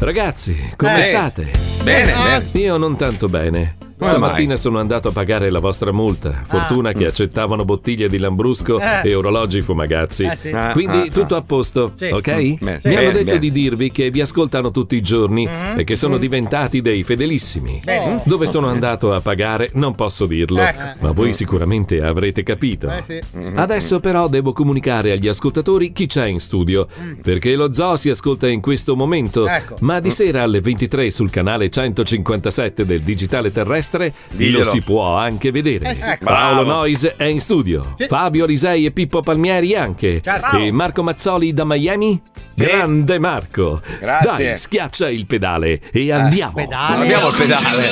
Ragazzi, come Eh. state? Eh, Bene, bene. Io non tanto bene. Come Stamattina sono andato a pagare la vostra multa. Fortuna che accettavano bottiglie di Lambrusco Ah. Mm. Eh. e orologi fumagazzi. Eh, sì. Ah, Quindi ah, ah. tutto a posto, Sì. ok? Mm, Mi bene. Sì. hanno Bene, detto bene. di dirvi che vi ascoltano tutti i giorni Mm. e che sono diventati dei fedelissimi. Oh. Bene. Dove sono andato a pagare non posso dirlo, Ecco. ma voi sicuramente avrete capito. Eh, sì. Mm-hmm. Adesso però devo comunicare agli ascoltatori chi c'è in studio, perché lo zoo si ascolta in questo momento, Ecco. ma di sera alle 23 sul canale 157 del Digitale Terrestre Diglielo. lo si può anche vedere. Eh sì. Ecco. Paolo Bravo. Nois è in studio, Sì. Fabio Risei e Pippo Palmieri anche, Ciao. e Marco Mazzoli da Miami. Grande Marco! Grazie. Dai, schiaccia il pedale e andiamo! pedale. Andiamo al pedale.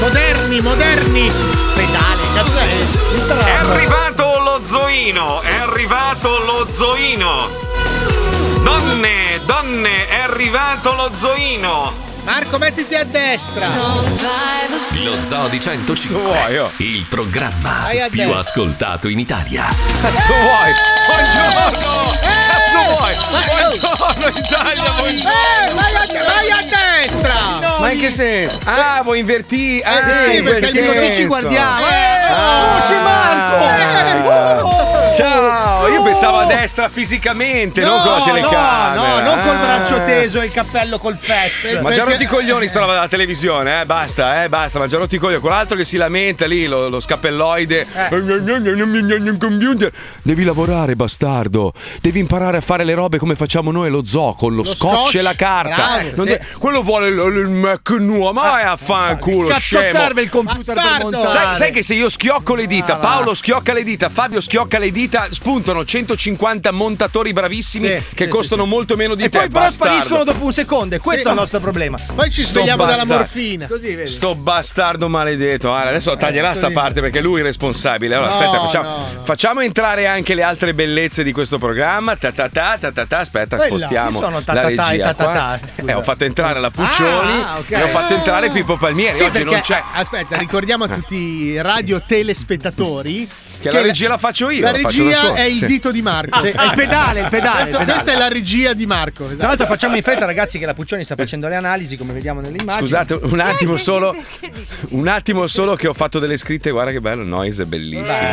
Moderni, moderni. Pedale, cazzè. Il È tram. arrivato lo zoino, è arrivato lo zoino. Donne, donne, è arrivato lo zoino. Marco, mettiti a destra. Lo Zoo di 105, il programma Vai a più destra. ascoltato in Italia. Cazzo vuoi? Buongiorno! Cazzo vuoi? Buongiorno Italia, buongiorno! Eh, vai, a, vai a destra. Ma in che senso? Ah, vuoi invertire? Ah, Eh, sì, in perché quel il così ci senso. guardiamo. eh, Ah. Luci, Marco. Ah. Ciao, io No. pensavo a destra fisicamente, non No, con la telecamera. No, no, non col Ah. braccio teso e il cappello col fez. Ma già rotti i coglioni sta roba della televisione, eh, basta, eh, basta, ma già rotti i coglioni. Quell'altro che si lamenta lì, lo, lo scappelloide. Eh. Eh. Computer. Devi lavorare, bastardo. Devi imparare a fare le robe come facciamo noi lo zoo, con lo, Lo scotch, scotch, e la carta. bravo, Non sì. de- Quello vuole il, il Mac nuovo, ma vai a fanculo, Eh. Cazzo scemo. serve il computer per montare? Sai, sai che se io schiocco le dita, va. Paolo schiocca le dita, Fabio schiocca le dita, spuntano 150 montatori bravissimi Sì, che sì, costano molto meno di e te. poi però bastardo. spariscono dopo un secondo e questo Sì. è il nostro problema. Poi ci Sto svegliamo dalla bastardo. morfina. Così, vedi. Sto bastardo maledetto. Guarda, adesso taglierà Cazzo sta di- parte perché lui è responsabile. Allora, No, aspetta, facciamo, no, facciamo entrare anche le altre bellezze di questo programma. Ta ta ta ta ta, ta. Aspetta, Quella, spostiamo. ci sono ta la ta ta e regia ta ta qua. ta, Eh, ho fatto entrare la Puccioni Ah, ok. e ho fatto entrare Pippo Palmieri. Sì, Oggi perché, non c'è. Eh. Aspetta, ricordiamo a tutti i radio telespettatori Che la regia la faccio io, La la faccio da regia solo, è il sì. dito di Marco. Sì. È il pedale, il pedale. Questo- Questa è la regia di Marco. esatto. Tra l'altro facciamo in fretta ragazzi che la Puccioni sta facendo le analisi come vediamo nelle Ah, immagini. Scusate un attimo solo, un attimo solo che ho fatto delle scritte, guarda che bello, Noise è bellissimo. Quindi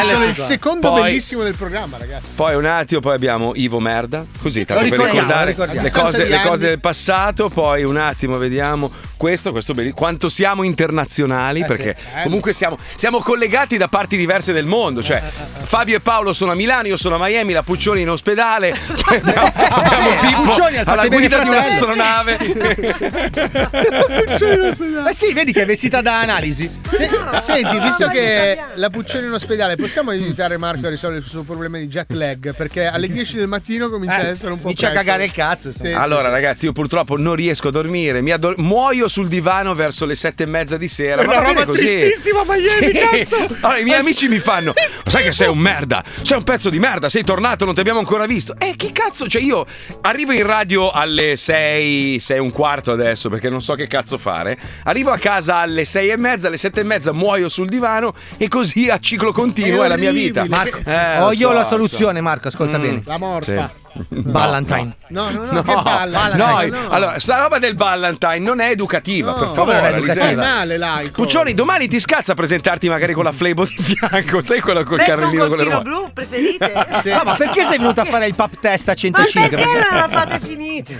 Eh, sono il sta secondo Poi- bellissimo del programma, ragazzi. Poi un attimo, poi abbiamo Ivo Merda, così tanto Lo per ricordiamo, lo ricordare ricordiamo. le A distanza cose, di le anni. cose del passato, poi un attimo vediamo questo, questo bellissimo, quanto siamo internazionali Eh perché sì, bello. comunque siamo, siamo collegati da parti diverse del mondo, cioè Fabio e Paolo sono a Milano, io sono a Miami, la Puccioni è in ospedale, abbiamo, Eh, abbiamo Pippo Puccioni al alla Fate Bene guida di Fratelli. un'astronave. Eh Ma sì, vedi che è vestita da analisi. Se- Ah, senti, Ah, visto che la Puccioni è in ospedale, possiamo aiutare Marco a risolvere il suo problema di jet lag? Perché alle 10 del mattino comincia Eh, a essere un po' comincia a presto. cagare il cazzo, Sì, sì. Allora ragazzi io purtroppo non riesco a dormire, mi addor- muoio sul divano verso le sette e mezza di sera. È una va bene roba così. tristissima, ma ieri, cazzo! Allora, I miei amici mi fanno, sai che sei un merda, sei un pezzo di merda, sei tornato, non ti abbiamo ancora visto. E chi cazzo? Cioè io arrivo in radio alle 6, 6 e un quarto adesso perché non so che cazzo fare, arrivo a casa alle 6 e mezza, alle 7 e mezza muoio sul divano e così a ciclo continuo è, la mia vita. Marco, Eh, lo ho Oh, io so, la lo so. soluzione, Marco, ascolta Mm. bene. La morfa. Valentine. No, no, no, che palla. No, Valentine, no. allora, sta roba del Valentine non è educativa, No. per Come favore. non è educativa? Eliseo. Fai male, laico. Puccioni, domani ti scazza a presentarti magari con la flebo di fianco, sai quella col Metto carrellino un con le golfino ruote. blu, preferite? Ah, ma perché sei venuta a fare il pap test a Ma 105? perché non la fate finita?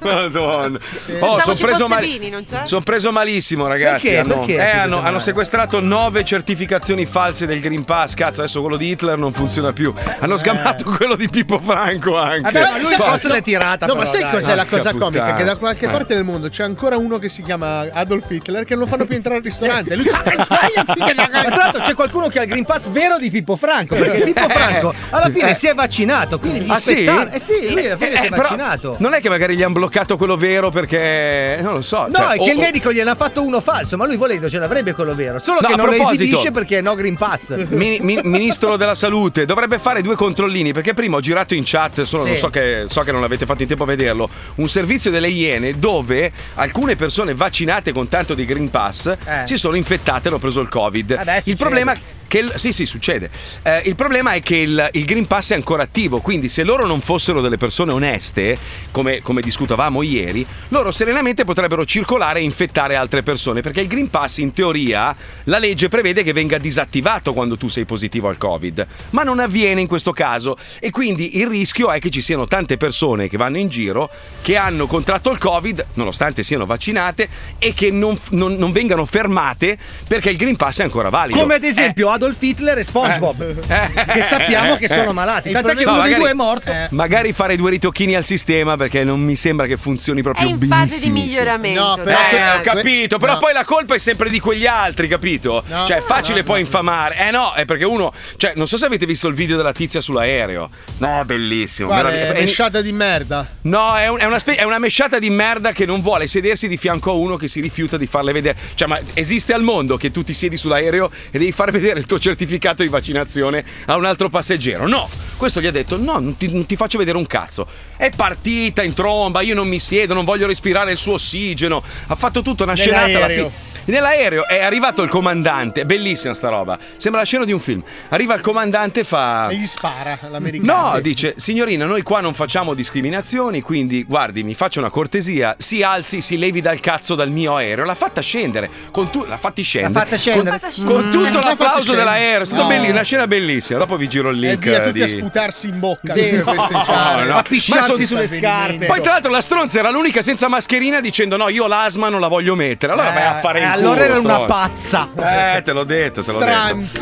Madonna. Oh, Pensavo sono ci preso, fosse mali- Bini, non c'è? son preso malissimo, ragazzi. Perché? Hanno, Perché eh, sei preso hanno- male? hanno sequestrato nove certificazioni false del Green Pass. Cazzo, adesso quello di Hitler non funziona più. Hanno sgamato quello di Pippo Franco anche. Cioè, Vabbè, Cioè, ma lui Porca- forse l'è tirata. No, però, ma sai dai. cos'è la cosa Porca comica? puttana. Che da qualche Eh. parte del mondo c'è ancora uno che si chiama Adolf Hitler che non lo fanno più entrare al ristorante. Lui Ma tra l'altro c'è qualcuno che ha il Green Pass vero di Pippo Franco, Ecco, Eh. perché Pippo Franco alla fine si è vaccinato, quindi gli Ah, sì? aspettare- Eh sì, lui alla fine si Eh, è però vaccinato. Non è che magari gli hanno bloccato quello vero perché. Non lo so. No, cioè, è che o- il o- medico gliene ha fatto uno falso, ma lui volendo ce l'avrebbe quello vero. Solo No, che a non lo proposito- esibisce perché no Green Pass. Mi- mi- ministro della salute dovrebbe fare due controllini perché prima ho girato in chat solo Sì. non so che, so che non avete fatto in tempo a vederlo un servizio delle Iene dove alcune persone vaccinate con tanto di Green Pass Eh. si sono infettate e hanno preso il Covid Vabbè, il succede. problema Che il- sì, sì, succede. Eh, il problema è che il, il Green Pass è ancora attivo, quindi se loro non fossero delle persone oneste, come, come discutavamo ieri, loro serenamente potrebbero circolare e infettare altre persone, perché il Green Pass in teoria la legge prevede che venga disattivato quando tu sei positivo al Covid, ma non avviene in questo caso e quindi il rischio è che ci siano tante persone che vanno in giro che hanno contratto il Covid, nonostante siano vaccinate, e che non, f- non- non vengano fermate perché il Green Pass è ancora valido. Eh, Come ad esempio Adolf Hitler e SpongeBob, che sappiamo che Eh. sono malati. Il Tant'è che problema- uno No, dei magari- due è morto. eh. Magari Eh. fare due ritocchini al sistema perché non mi sembra che funzioni proprio È in benissimo. fase di miglioramento, No, però Eh, que- ho capito, però no. poi la colpa è sempre di quegli altri, capito? No, cioè, è no, facile no, poi infamare. Eh no, è perché uno, cioè, non so se avete visto il video della tizia sull'aereo. No, bellissimo, Guarda, meravigli- è è- mesciata di merda. No, è, un- è una spe- è una mesciata di merda che non vuole sedersi di fianco a uno che si rifiuta di farle vedere. Cioè, ma esiste al mondo che tu ti siedi sull'aereo e devi far vedere il tuo certificato di vaccinazione a un altro passeggero? No! Questo gli ha detto: no, non ti, non ti faccio vedere un cazzo. È partita in tromba, io non mi siedo, non voglio respirare il suo ossigeno. Ha fatto tutta una scenata alla Nell'aereo. fine. Nell'aereo è arrivato il comandante, bellissima sta roba. Sembra la scena di un film. Arriva il comandante e fa. E gli spara l'americano. No, dice, signorina, noi qua non facciamo discriminazioni, quindi guardi, mi faccia una cortesia, si alzi, si levi dal cazzo dal mio aereo, l'ha fatta scendere, con tu- l'ha fatti scendere. fatta scendere. Con, Mm. con L'ha tutto fatta l'applauso scendere. dell'aereo, è stata No. bellissima, una scena bellissima, dopo vi giro il E link. via eh, tutti di- a sputarsi in bocca. Sì. per festeggiare. No, no. A pisciarsi Ma sono- sulle scarpe. Poi tra l'altro la stronza era l'unica senza mascherina dicendo no, io l'asma non la voglio mettere. Allora vai a fare Eh, il allora culo, era una stronza. pazza. Eh, te l'ho detto, te l'ho detto.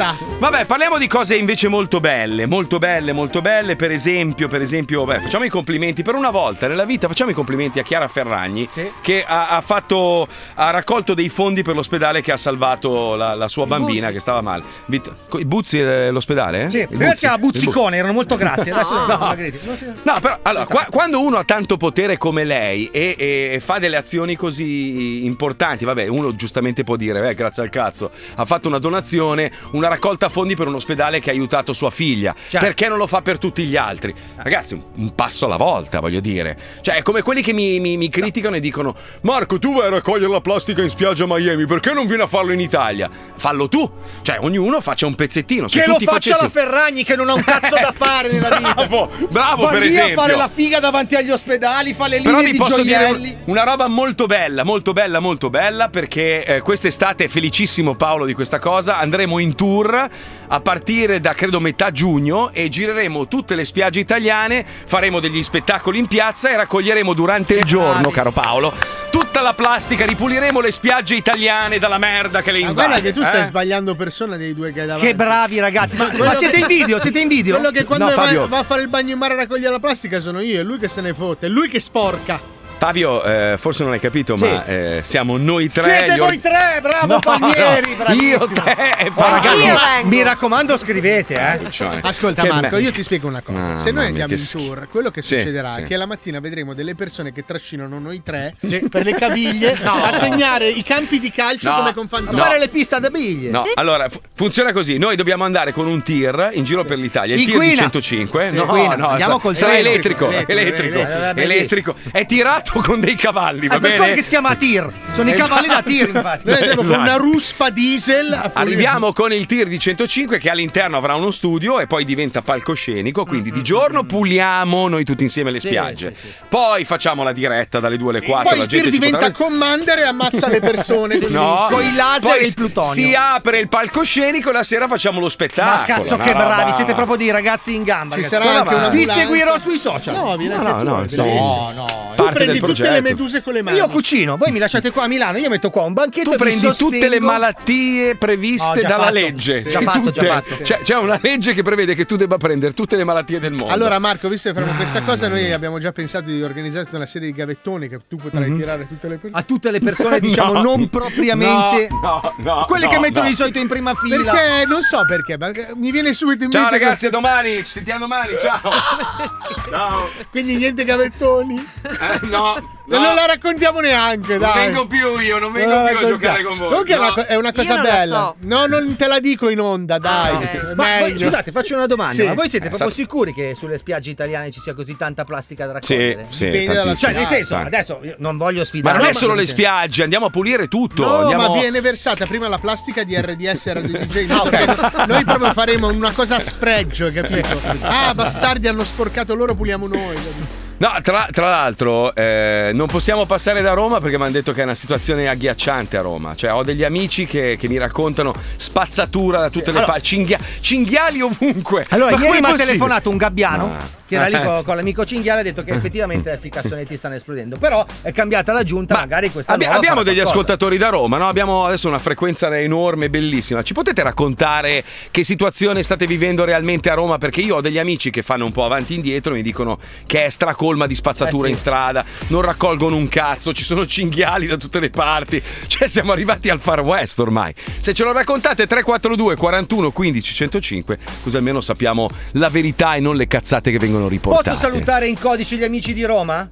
Stranza. Vabbè, parliamo di cose invece molto belle, molto belle, molto belle. Per esempio, per esempio, beh, facciamo i complimenti per una volta nella vita, facciamo i complimenti a Chiara Ferragni che ha, ha fatto ha raccolto dei fondi per l'ospedale che ha salvato la, la sua bambina che stava male. Vit- co- I Buzzi eh, l'ospedale? eh? Sì, I prima Buzzi. c'era Buzzicone, I erano molto grassi. Adesso No. no. non si- No, però allora, Esatto. qua- quando uno ha tanto potere come lei e, e- e fa delle azioni così importanti, vabbè, uno giustamente può dire, beh, grazie al cazzo, ha fatto una donazione, una raccolta fondi per un ospedale che ha aiutato sua figlia. Certo. Perché non lo fa per tutti gli altri? Ragazzi, un, un passo alla volta, voglio dire. Cioè, è come quelli che mi, mi- mi criticano e dicono, Marco, tu vai a raccogliere la plastica in spiaggia a Miami, perché non vieni a farlo in Italia? Fallo tu. Cioè, ognuno faccia un pezzettino. Se Che lo tutti faccia la facessimo- Ferragni che non ha un cazzo da fare nella vita. Bravo, bravo, Va per lì esempio. a fare la figa davanti agli ospedali, fa le Però linee vi di posso dire gioielli. un- una roba molto bella, molto bella, molto bella, perché eh, quest'estate, felicissimo Paolo di questa cosa, andremo in tour a partire da credo metà giugno e gireremo tutte le spiagge italiane, faremo degli spettacoli in piazza e raccoglieremo durante il giorno, caro Paolo, tutta la plastica, ripuliremo le spiagge italiane dalla merda che le Ma invade. guarda che tu stai eh? sbagliando persona dei due che hai davanti. Che bravi ragazzi. Ma, Quello ma siete che- in video? Siete in video? Quello che quando No, va, Fabio. va a fare il bagno in mare a raccogliere la plastica sono io, è lui che se ne fotte, è lui che sporca. Fabio, eh, forse non hai capito, ma eh, siamo noi tre. siete gli or- voi tre, bravo No, Palmieri, no, bravissimo. Io, te e Oh, ragazzi, Paolo. mi raccomando, scrivete, eh. Cioè, Ascolta che Marco, me- io ti spiego una cosa. Ah, Se noi mamma mia, andiamo che in schifo. tour, quello che Sì, succederà sì. è che la mattina vedremo delle persone che trascinano noi tre Sì. per le caviglie No. a segnare i campi di calcio No, come con Fantoni. no. Fare le piste da biglie. No, allora fu- funziona così: noi dobbiamo andare con un tir in giro per l'Italia. Il tir di Inquina. 105. Sì, no, inquina. no, Andiamo sa- col sarà treno. elettrico, elettrico, Elettrico, elettrico, elettrico. È tirato con dei cavalli, va Ah, per quello bene? che si chiama tir. Sono i cavalli da tir, infatti. Noi andremo Esatto. con una ruspa diesel a pulire. Arriviamo con il tir di 105 che all'interno avrà uno studio e poi diventa palcoscenico, Mm, quindi di giorno puliamo noi tutti insieme le spiagge. Poi facciamo la diretta dalle 2 alle 4, Poi la il tir gente ci diventa potrà- commander e ammazza le persone. così. No, Con i laser Poi e il plutonio. Si apre il palcoscenico e la sera facciamo lo spettacolo. Ma Ah, cazzo una che roba- bravi, siete proprio dei ragazzi in gamba. Ci ragazzi. sarà Guarda, anche una Vi seguirò sui social. No, vieni No, anche no, tu, no, è insomma, bellissimo. no, no. Tu Parte prendi del tutte le progetto. meduse con le mani. Io cucino, voi mi lasciate qua a Milano, io metto qua un Tu banchetto vi prendi tutte le sostengo. malattie previste Ho già dalla fatto. legge. Cioè, Sì. Già fatto, già Tutte. fatto. C'è, c'è una legge che prevede che tu debba prendere tutte le malattie del mondo. Allora Marco, visto che faremo questa cosa, noi abbiamo già pensato di organizzare una serie di gavettoni che tu potrai tirare tutte le persone. Mhm. a tutte le persone diciamo No. non propriamente No, no, no, quelle che no, mettono no. di solito in prima fila. Perché? Non so perché, ma mi viene subito in Ciao mente. ragazzi, a domani, ci sentiamo domani, ciao. Quindi niente gavettoni. Eh, no, No, no. Non la raccontiamo neanche, Non dai. vengo più io, non vengo Ah, Non la più a raccontiamo. giocare con voi. Comunque è una No. co- è una cosa Io non la bella. so. No, non te la dico in Ah, onda, dai. È Ma voi- meglio. scusate, faccio una domanda. Sì. Ma voi siete Eh, proprio sa- sicuri che sulle spiagge italiane ci sia così tanta plastica da Sì, raccogliere? sì, Dipende dalla- Cioè, nel tantissimo. senso, Tanto. adesso io non voglio Ma sfidare. non No, è solo le perché- spiagge, andiamo a pulire tutto. No, andiamo... ma viene versata prima la plastica di RDS e Radio DJ. No, Ah, perché Noi proprio faremo una cosa a sfregio, capito? Ah, bastardi hanno sporcato loro, puliamo noi. No, tra, tra l'altro, eh, non possiamo passare da Roma perché mi hanno detto che è una situazione agghiacciante a Roma. Cioè, ho degli amici che, che mi raccontano spazzatura da tutte le Allora- parti, cinghia- cinghiali ovunque. Allora, Ma ieri com'è mi ha possibile? telefonato un gabbiano Ma- che era lì Eh, con, sì. Mm. con l'amico Cinghiale e ha detto che effettivamente adesso i cassonetti stanno esplodendo. Però è cambiata la giunta, magari questa Abbi- nuova abbiamo farà degli qualcosa. ascoltatori da Roma, no? abbiamo adesso una frequenza enorme, bellissima. Ci potete raccontare che situazione state vivendo realmente a Roma? Perché io ho degli amici che fanno un po' avanti e indietro e mi dicono che è stracolma di spazzatura Eh sì. in strada, non raccolgono un cazzo, ci sono cinghiali da tutte le parti. Cioè siamo arrivati al far west ormai. Se ce lo raccontate 342 41 15 105, così almeno sappiamo la verità e non le cazzate che vengono riportate. Posso salutare in codice gli amici di Roma?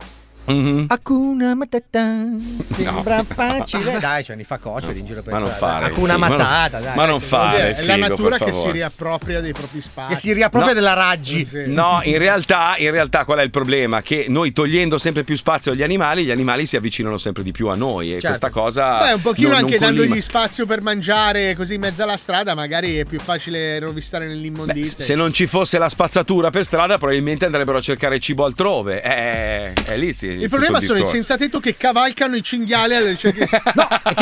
Mhm. Hakuna Matata. Sembra facile. Dai, ce ne fa coccioli in giro per Ma non strada. fare, Hakuna sì, ma non- Matata, dai. ma non fare, È la figo, natura per che si favore. riappropria dei propri spazi. Che si riappropria della Raggi. No, in realtà, in realtà qual è il problema? Che noi togliendo sempre più spazio agli animali, gli animali si avvicinano sempre di più a noi e Certo. questa cosa... Beh, un pochino non- non anche collima. dandogli spazio per mangiare così in mezzo alla strada, magari è più facile rovistare nell'immondizia. Se non ci fosse la spazzatura per strada, probabilmente andrebbero a cercare cibo altrove. Eh, è lì sì. il problema sono i senza senza tetto che cavalcano i cinghiali alle ricerca di-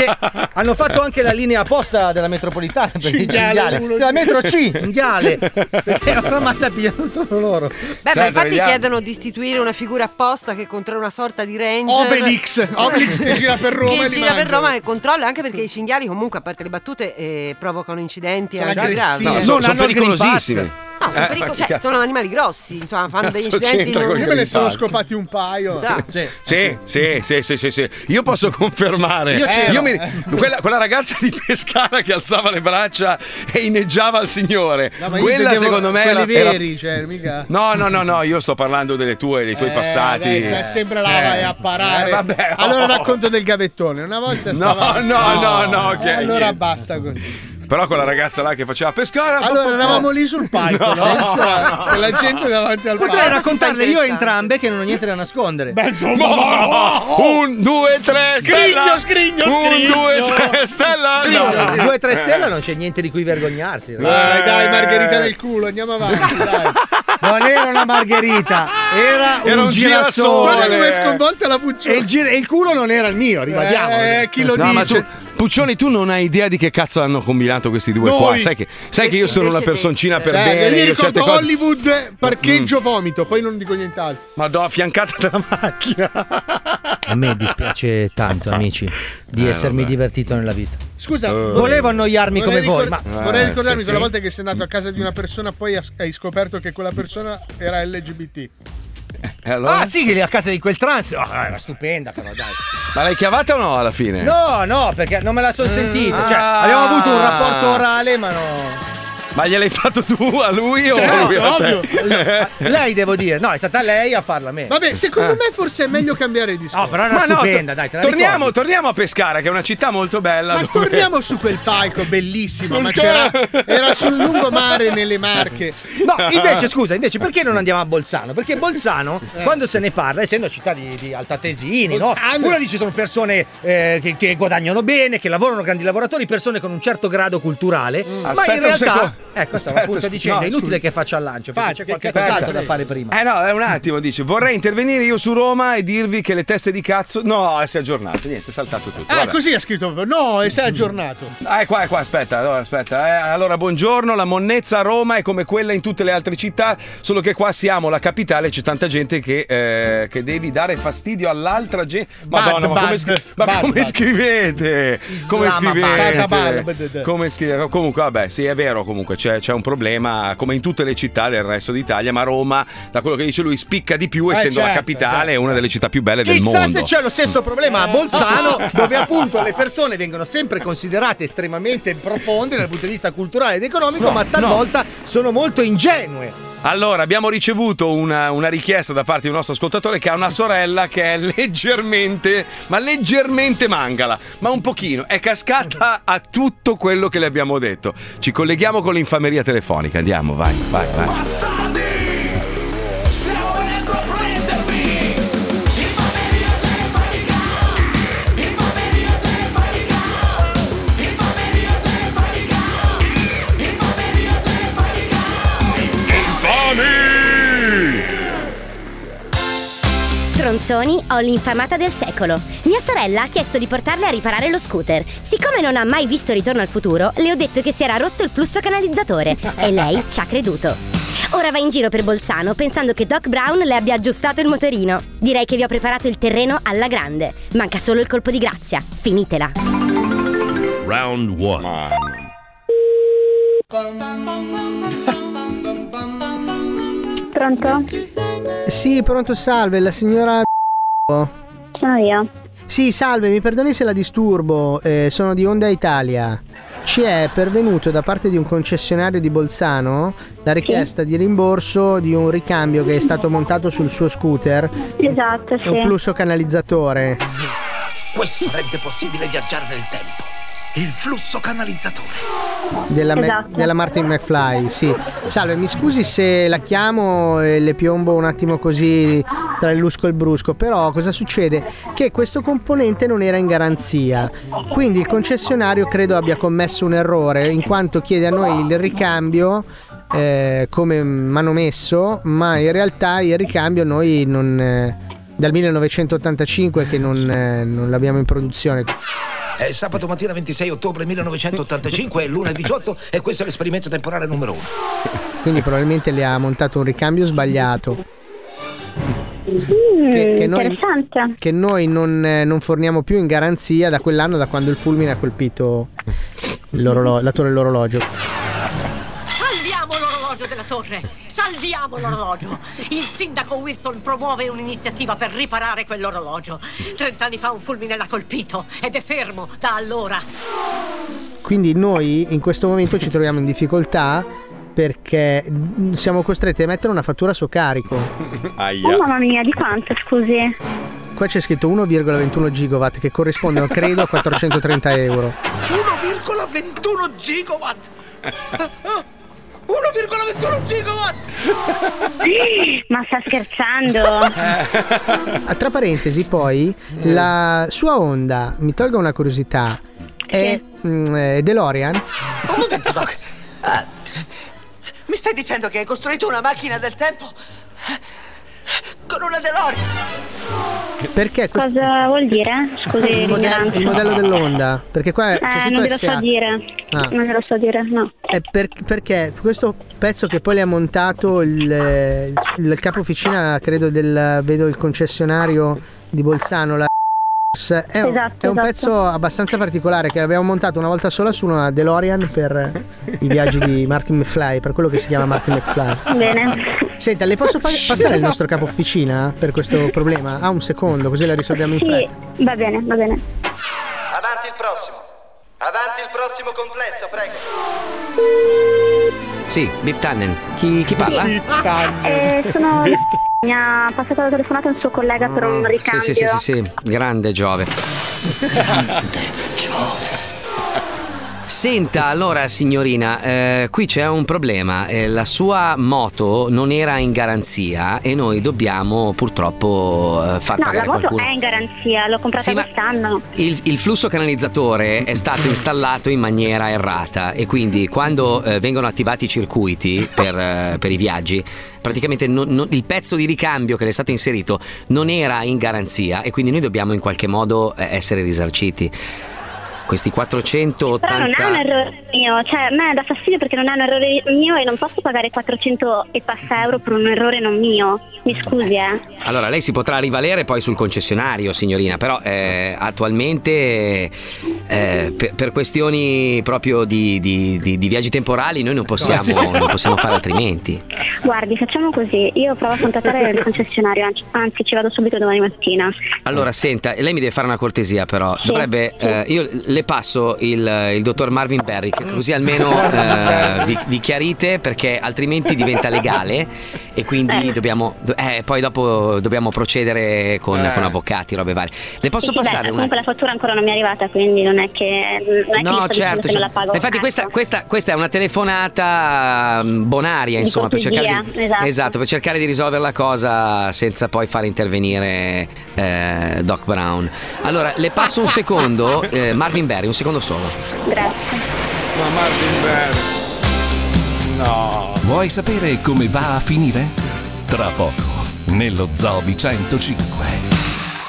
Hanno fatto anche la linea apposta della metropolitana per il Cinghiale, cinghiale. uno- La Cioè, metro C, cinghiale. Perché oramai la pigliano solo loro. Beh, Cioè, ma infatti chiedono di istituire una figura apposta che controlla una sorta di ranger. Obelix, Obelix che gira per Roma e Che li gira per mangia. Roma e controlla anche perché i cinghiali, comunque, a parte le battute, eh, provocano incidenti Sono anche aggressivi. gravi. No, eh. sono, sono pericolosissimi. No, sono, Eh, pericol- ma che cioè, cazzo? sono animali grossi, insomma, fanno degli Cazzo incidenti. c'entra non- con Io me ne sono Impazzi. scopati un paio. Dai. Sì, sì, sì, sì, sì, sì. Io posso confermare. Io c'ero. mi- quella, quella ragazza di Pescara che alzava le braccia e inneggiava al signore. No, ma io quella intendevo secondo me era, quelli era- Eh, veri, cioè, mica. No, no, no, no, io sto parlando delle tue, dei tuoi Eh, passati. dai, se sempre la Eh. vai a parare. Eh, vabbè, oh. Allora racconto del gavettone. Una volta No, stava no, no, no, ok, Eh, allora niente. basta così. Però quella ragazza là che faceva pescare. Allora eravamo lì sul palco, no? Cioè, No, C'era no. quella gente davanti al palco. Potrei raccontarle io entrambe che non ho niente da nascondere. Mo- Un, due, tre, Scrigno, stella. scrigno, scrigno. Un, due, tre, stella. No. Eh, No, due o tre stelle non c'è niente di cui vergognarsi. Eh, Dai, dai, Margherita nel culo, andiamo avanti, dai. Non era una margherita, era, Era un, un girasole. girasole. Guarda come è eh. sconvolta la puccione. E il, gir- e il culo non era il mio, ribadiamo. Eh, chi lo No, ma dice? tu, Puccioni, tu non hai idea di che cazzo hanno combinato questi due Noi. qua. Sai che, sai che io sono una personcina per Cioè, bene. io io mi certe ricordo cose- Mm. Hollywood, parcheggio, vomito, poi non dico nient'altro. Eh, Ma do affiancata dalla macchina. A me dispiace tanto, amici, Eh, di essermi divertito nella vita. Scusa, Volevo annoiarmi vorrei come voi, ma ricor- vorrei Eh, ricordarmi sì, quella sì. volta che sei andato a casa di una persona, poi has- hai scoperto che quella persona era LGBT. Eh. E allora? Ah sì, che lì a casa di quel trans. Ah, Eh. era stupenda però, dai. Ma l'hai chiavata o no alla fine? No, no, perché non me la sono Mm. sentita. Cioè, Ah. abbiamo avuto un rapporto orale, ma no. Ma gliel'hai fatto tu a lui o Cioè, lui a te? Lei devo dire, no, è stata lei a farla Eh. a me. Eh. Vabbè, secondo me forse è meglio cambiare discorso. No, però era Ma no, stupenda, to- dai, te la torniamo, ricordi? torniamo a Pescara, che è una città molto bella. Ma dove- torniamo su quel palco bellissimo, ma Ancora? c'era era sul lungomare nelle Marche. No, invece, scusa, invece perché non andiamo a Bolzano? Perché Bolzano, quando se ne parla, essendo città di, di altatesini, no? Bolzano. uno dice sono persone eh, che, che guadagnano bene, che lavorano, grandi lavoratori, persone con un certo grado culturale, ma Aspetta in un realtà, secondo. ecco, stavo Aspetta, appunto scusa. dicendo, No, è inutile scusa. che faccia al lancio, Fa, perché c'è che qualche cazzo altro da frega. fare prima. Eh no, è un attimo, dice, vorrei intervenire io su Roma e dirvi che le teste di cazzo... No, si è aggiornato, niente, è saltato tutto. Ah, vabbè. così ha scritto proprio. No, e sei aggiornato. Ah, è qua, è qua, aspetta, allora, aspetta. eh. Allora, buongiorno, la monnezza a Roma è come quella in tutte le altre città, solo che qua siamo la capitale, c'è tanta gente che, eh, che devi dare fastidio all'altra gente. Madonna, ma bad, come, scri- ma bad, come bad. scrivete? Come Islamabad. scrivete? Come scrivete? Comunque, vabbè, sì, è vero, comunque c'è, c'è un problema, come in tutte le città del resto d'Italia, ma Roma, da quello che dice lui, spicca di più, Eh, essendo la certo, capitale, è certo. una delle città più belle del Chissà mondo. se c'è lo stesso problema a Bolzano, dove appunto le persone vengono sempre considerate estremamente profonde dal punto di vista culturale ed economico, ma talvolta sono molto ingenue. Allora, abbiamo ricevuto una, una richiesta da parte di un nostro ascoltatore che ha una sorella che è leggermente, ma leggermente mangala, ma un pochino, è cascata a tutto quello che le abbiamo detto. Ci colleghiamo con l'infameria telefonica, andiamo, vai, vai, vai. Stronzoni, ho l'infamata del secolo. Mia sorella ha chiesto di portarle a riparare lo scooter. Siccome non ha mai visto Ritorno al futuro, le ho detto che si era rotto il flusso canalizzatore e lei ci ha creduto. Ora va in giro per Bolzano pensando che Doc Brown le abbia aggiustato il motorino. Direi che vi ho preparato il terreno alla grande. Manca solo il colpo di grazia. Finitela. Round 1. Pronto? Sì, pronto, salve, la signora. Sono io. Sì, salve, mi perdoni se la disturbo, eh, sono di Onda Italia. Ci è pervenuto da parte di un concessionario di Bolzano la richiesta di rimborso di un ricambio che è stato montato sul suo scooter. Esatto, sì. Un flusso canalizzatore. Questo rende possibile viaggiare nel tempo. Il flusso canalizzatore. Della, Ma- Esatto. della Martin McFly, sì. Salve, mi scusi se la chiamo e le piombo un attimo così tra il lusco e il brusco, però cosa succede? Che questo componente non era in garanzia, quindi il concessionario credo abbia commesso un errore in quanto chiede a noi il ricambio. eh, come manomesso, ma in realtà il ricambio noi non. eh, dal 1985 che non, eh, non l'abbiamo in produzione. È sabato mattina 26 ottobre 1985, è l'una 18 e questo è l'esperimento temporale numero uno. Quindi probabilmente le ha montato un ricambio sbagliato. Mm, che noi- interessante. che noi non, eh, non forniamo più in garanzia da quell'anno da quando il fulmine ha colpito l'orolo- la torre dell'orologio. Salviamo l'orologio della torre! Salviamo l'orologio! Il sindaco Wilson promuove un'iniziativa per riparare quell'orologio. Trent'anni fa un fulmine l'ha colpito ed è fermo da allora. Quindi noi in questo momento ci troviamo in difficoltà perché mm, siamo costretti a mettere una fattura a suo carico. Oh mamma mia, di quanto scusi? Qua c'è scritto 1,21 gigawatt che corrispondono credo a 430 euro. 1,21 gigawatt! 1,21 gigawatt! Ma sta scherzando? Eh, Eh, Ah, Tra parentesi, poi la sua onda, mi tolga una curiosità, è mm, eh, DeLorean? Un momento, Doc. Ah, mi stai dicendo che hai costruito una macchina del tempo con una DeLorean? Perché questo Cosa vuol dire? Scusi, il, modello, l'ignoranza. il modello dell'onda? Perché qua c'è Eh, scritto non ve lo SA. so dire. Ah. Non ve lo so dire, no. È per- perché questo pezzo che poi le ha montato il, eh, il capo officina, credo, del vedo il concessionario di Bolzano, la è un, Esatto, è un esatto. pezzo abbastanza particolare che abbiamo montato una volta sola su una DeLorean per i viaggi di Martin McFly, per quello che si chiama Martin McFly. Ah, Bene. Senta, le posso pa- passare il nostro capo officina per questo problema? Ha un secondo, così la risolviamo in Sì, fretta. va bene, va bene. Avanti il prossimo. Avanti il prossimo complesso, prego. Sì, Biff Tannen. Chi, chi parla? Eh, sono mi ha passato la telefonata un suo collega per un Mm, Sì, ricambio. sì, sì, sì, sì. Grande Giove. Senta, allora signorina, eh, qui c'è un problema. Eh, la sua moto non era in garanzia e noi dobbiamo purtroppo eh, far No, la pagare moto qualcuno. è in garanzia, l'ho comprata Sì, ma- quest'anno. Il, il flusso canalizzatore è stato installato in maniera errata e quindi quando eh, vengono attivati i circuiti per, eh, per i viaggi, praticamente non- non- il pezzo di ricambio che le è stato inserito non era in garanzia e quindi noi dobbiamo in qualche modo eh, essere risarciti. Questi Però non è un 480... errore mio, cioè a me dà fastidio perché non è un errore mio e non posso pagare 400 e passa euro per un errore non mio. Mi scusi, eh. Allora, lei si potrà rivalere poi sul concessionario, signorina, però eh, attualmente eh, per, per questioni proprio di, di- di- di viaggi temporali noi non Ecco. possiamo, non possiamo fare altrimenti. Guardi, facciamo così, io provo a contattare il concessionario, anzi- anzi ci vado subito domani mattina. Allora, senta, lei mi deve fare una cortesia, però. Dovrebbe. eh, io le le passo il, il dottor Marvin Berrick, così almeno eh, vi, vi chiarite perché altrimenti diventa legale e quindi dobbiamo, do- eh, poi dopo dobbiamo procedere con, con avvocati, robe varie. Le posso Eh. Sì, sì, beh, passare una... Comunque la fattura ancora non mi è arrivata, quindi non è che. Non è che mi sto No, dicendo certo. che non certo. la pago. Infatti, questa, questa- questa è una telefonata mm, bonaria, Di insomma, per cercare di, cortesia, esatto. per cercare di risolvere la cosa senza poi far intervenire eh, Doc Brown. Allora, le passo un secondo, eh, Marvin Berry, un secondo solo. Ma Martin Berry. No. Vuoi sapere come va a finire? Tra poco, nello Zobi 105.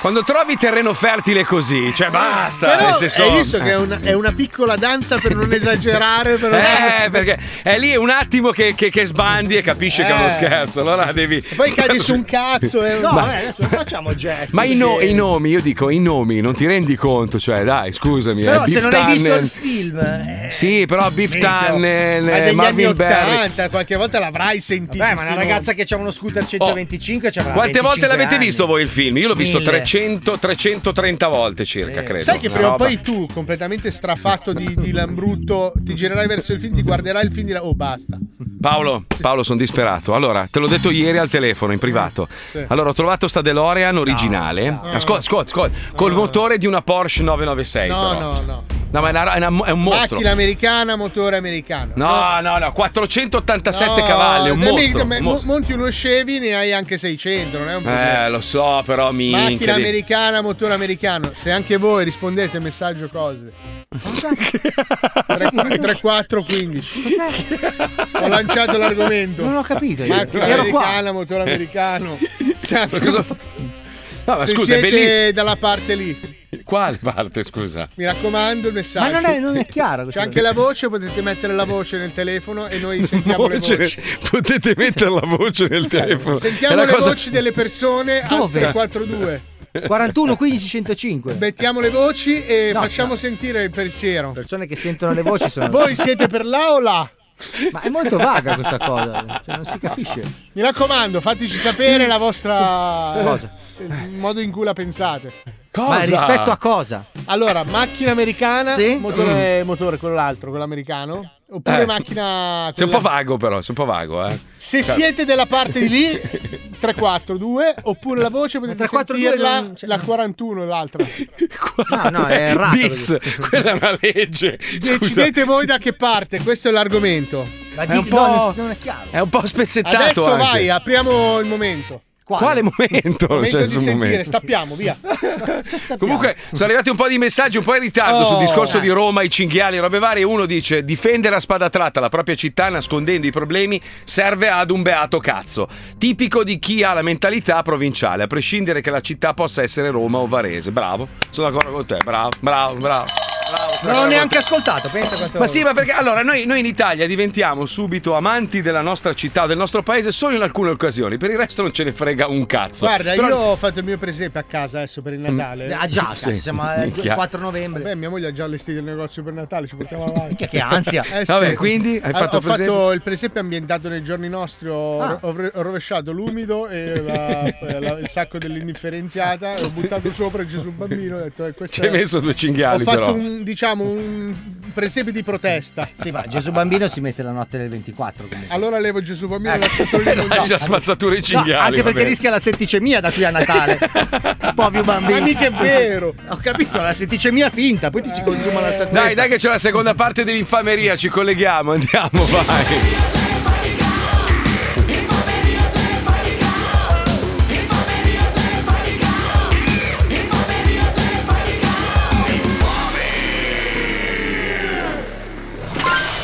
Quando trovi terreno fertile così, cioè basta. Però nel senso- hai visto che è una, è una piccola danza per non esagerare. Per non- Eh, perché è lì un attimo che, che- che sbandi e capisci che è uno Eh. scherzo. Allora devi. Poi cadi su un cazzo. E... No, eh. Ma- adesso non facciamo gesti. Ma i, no- cioè, i nomi, io dico i nomi, non ti rendi conto, cioè dai, scusami. Però eh, se Biff non hai visto il Tannen- film, eh. Eh, Sì, però Biff Minchia. Tannen, Ma eh, degli Marvin anni Berry. Oh. 80, qualche volta l'avrai sentito. Beh, ma una sti ragazza che c'ha uno scooter 125 c'avrà Quante volte 25 l'avete anni. visto voi il film? Io l'ho visto Mille. 300, 330 volte circa, credo. Sai che Una prima o roba. poi tu, completamente strafatto di, di Lambrutto, ti girerai verso il film, ti guarderai il film e dirai: Oh, basta. Paolo, Paolo, sono disperato. Allora, te l'ho detto ieri al telefono, in privato. Sì. Allora, ho trovato sta DeLorean originale. Ascolta, ascolta, ascolta. Col motore di una Porsche 996. no, Eh, però. no, no. No, ma è, una- è una- è un mostro. Macchina americana, motore americano. No, no, no, 487 No, cavalli, è un dai, mostro. mi- un mo- mostro. Monti uno Chevy, ne hai anche 600, non è un problema. Eh, lo so, però minchia. Macchina di- americana, motore americano. Se anche voi rispondete al messaggio cose. 3415. Ho lanciato l'argomento. Non ho capito io. Macchina Ero qua. americana, motore americano. Cioè, No, ma se scusa, è siete bellissimo. dalla parte lì, Quale parte, scusa? mi raccomando il messaggio. Ma non è- non è chiaro C'è questa anche cosa. la voce, potete mettere la voce nel telefono e noi sentiamo le Voce- voci. Potete mettere la voce nel telefono. È Sentiamo la le cosa- voci delle persone al Dove? 342. 41 15 105. Mettiamo le voci e No, facciamo sentire il pensiero. Persone che sentono le voci sono- Voi siete per là o là? Ma è molto vaga questa cosa, cioè, non si capisce. Mi raccomando, fateci sapere la vostra eh, Cosa? il modo in cui la pensate. Ma rispetto a cosa? Allora, macchina americana, Sì? Mm. motore, motore quello l'altro, quello americano, oppure Eh. macchina Sei un po' quella- vago, però, sei un po' vago, eh. Ah, Se Cioè- siete della parte di lì 342 oppure la voce potete 342 sentirla non- la 41 l'altra. Ah, No, no, è errato. Bis, quella è una legge. Scusa, Decidete voi da che parte, questo è l'argomento. È di- un po'- no, non è chiaro. è un po' spezzettato. Adesso anche. vai, apriamo il momento. Quale momento? Non Momento c'è di nessun sentire, momento. stappiamo, via. Comunque, sono arrivati un po' di messaggi, un po' in ritardo Oh. sul discorso di Roma, i cinghiali, robe varie. Uno dice: difendere a spada tratta la propria città nascondendo i problemi serve ad un beato cazzo. Tipico di chi ha la mentalità provinciale, a prescindere che la città possa essere Roma o Varese. Bravo, sono d'accordo con te. Bravo, bravo, bravo. Non l'ho neanche ascoltato, pensa quanto. Ma sì, ma perché allora noi, noi in Italia diventiamo subito amanti della nostra città, del nostro paese, solo in alcune occasioni, per il resto non ce ne frega un cazzo. Guarda, Però- io ho fatto il mio presepe a casa adesso per il Natale. Ah, già, cazzo, Sì. siamo al Minchia. 4 novembre. Beh, mia moglie ha già allestito il negozio per Natale, ci portiamo avanti. Eh, che ansia. Vabbè, quindi hai ho fatto Ah. il presepe? fatto il presepe ambientato nei giorni nostri, ho, ho re- ho rovesciato l'umido e la- la- il sacco dell'indifferenziata, ho buttato sopra Gesù Bambino e ho detto eh, questo Ci hai è- messo due Ho cinghiali, fatto però. un, diciamo, un presepe di protesta. Sì, ma Ah, Gesù Bambino si mette la notte del 24. Comunque. Allora levo Gesù Bambino e lascio solo il Ecco. Lascia spazzatura i cinghiali. No, anche va perché bene. rischia la setticemia da qui a Natale. Povero bambino. Ma mica è vero. Ho capito, la setticemia finta, poi ti si consuma la statua. Dai, dai, che c'è la seconda parte dell'infameria, ci colleghiamo, andiamo, vai.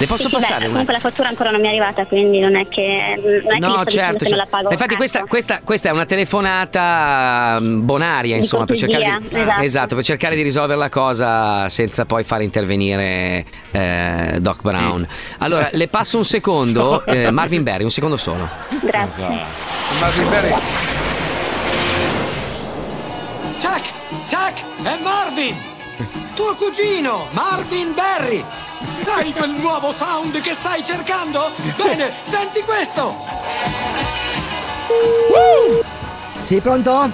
Le posso Sì, sì, beh, passare una? Comunque la fattura ancora non mi è arrivata, quindi non è che. Non è che mi sto No, certo. dicendo che non la certo. pago. Infatti, Eh, questa, questa- questa è una telefonata mm, bonaria, Di insomma, per cercare, di, cortesia, esatto. per cercare di risolvere la cosa senza poi far intervenire eh, Doc Brown. Allora, le passo un secondo, eh, Marvin Berry, un secondo solo. Grazie. Marvin Berry. Chuck! Chuck! È Marvin! Tuo cugino! Marvin Berry! Sai quel nuovo sound che stai cercando? Bene, senti questo! Sei pronto?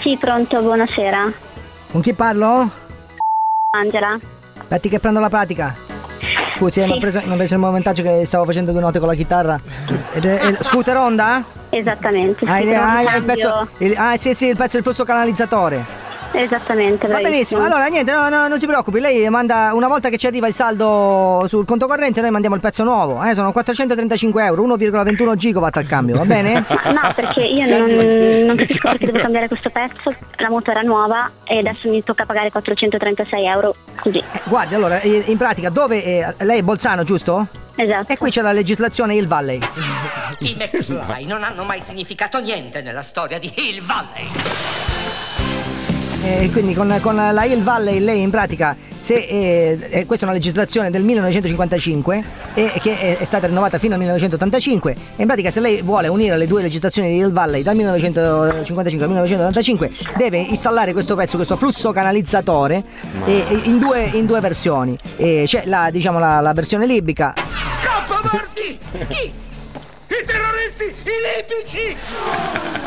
Sì, pronto, buonasera. Con chi parlo? Angela. Aspetti che prendo la pratica. Scusi, eh, mi ha preso, mi ha preso il momentaggio che stavo facendo due note con la chitarra. Ed è- è- scooter Honda? Esattamente. Hai, scooter hai Honda, il pezzo, il- ah, sì, sì, il pezzo del flusso canalizzatore. Esattamente, Va bravissimo. benissimo, allora niente, no, no, non si preoccupi, lei manda una volta che ci arriva il saldo sul conto corrente noi mandiamo il pezzo nuovo, eh, sono 435 euro, 1,21 gigawatt al cambio, va bene? No, perché io non, non capisco perché devo cambiare questo pezzo. La moto era nuova e adesso mi tocca pagare 436 euro. Così. Guardi, allora, eh, in pratica dove... eh, lei è Bolzano, giusto? Esatto. E qui c'è la legislazione Hill Valley. I McFly non hanno mai significato niente nella storia di Hill Valley. E Eh, quindi con, con la Hill Valley lei in pratica, se, eh, eh, questa è una legislazione del 1955 e che è, è stata rinnovata fino al 1985, e in pratica se lei vuole unire le due legislazioni di Hill Valley dal 1955 al 1985 deve installare questo pezzo, questo flusso canalizzatore Ma- eh, eh, in, due, in due versioni. Eh, c'è la, diciamo, la, la versione libica Scappa, Marti! Chi? I terroristi! I libici!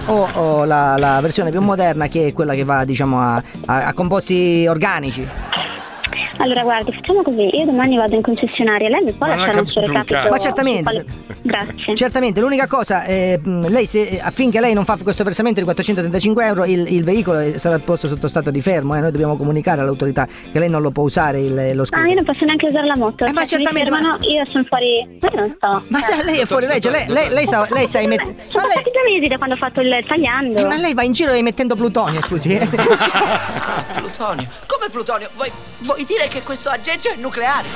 o, o la, la versione più moderna che è quella che va diciamo, a- a- a composti organici. Allora, guardi, facciamo così. Io domani vado in concessionaria. Lei mi può Ma Ah, non lasciare ha un suo capito un recapito? cazzo. Ma certamente. Quale- Certo, Grazie. Certamente, l'unica cosa, eh, mh, lei se, eh, affinché lei non fa questo versamento di 435 euro, il, il veicolo eh, sarà posto sotto stato di fermo e noi dobbiamo comunicare all'autorità che lei non lo può usare il- lo Ah, scooter. io non posso neanche usare la moto. ma Cioè, se mi certamente, ma- fermano, io sono fuori. Ma io non so. Cioè, Ma se lei è fuori legge, lei, lei, lei sta, lei sta emettendo... Sono passati due mesi da quando ho fatto il tagliando. Ma lei va in giro emettendo plutonio, scusi. eh. Plutonio, come Plutonio? Vuoi, vuoi dire che questo aggeggio è nucleare?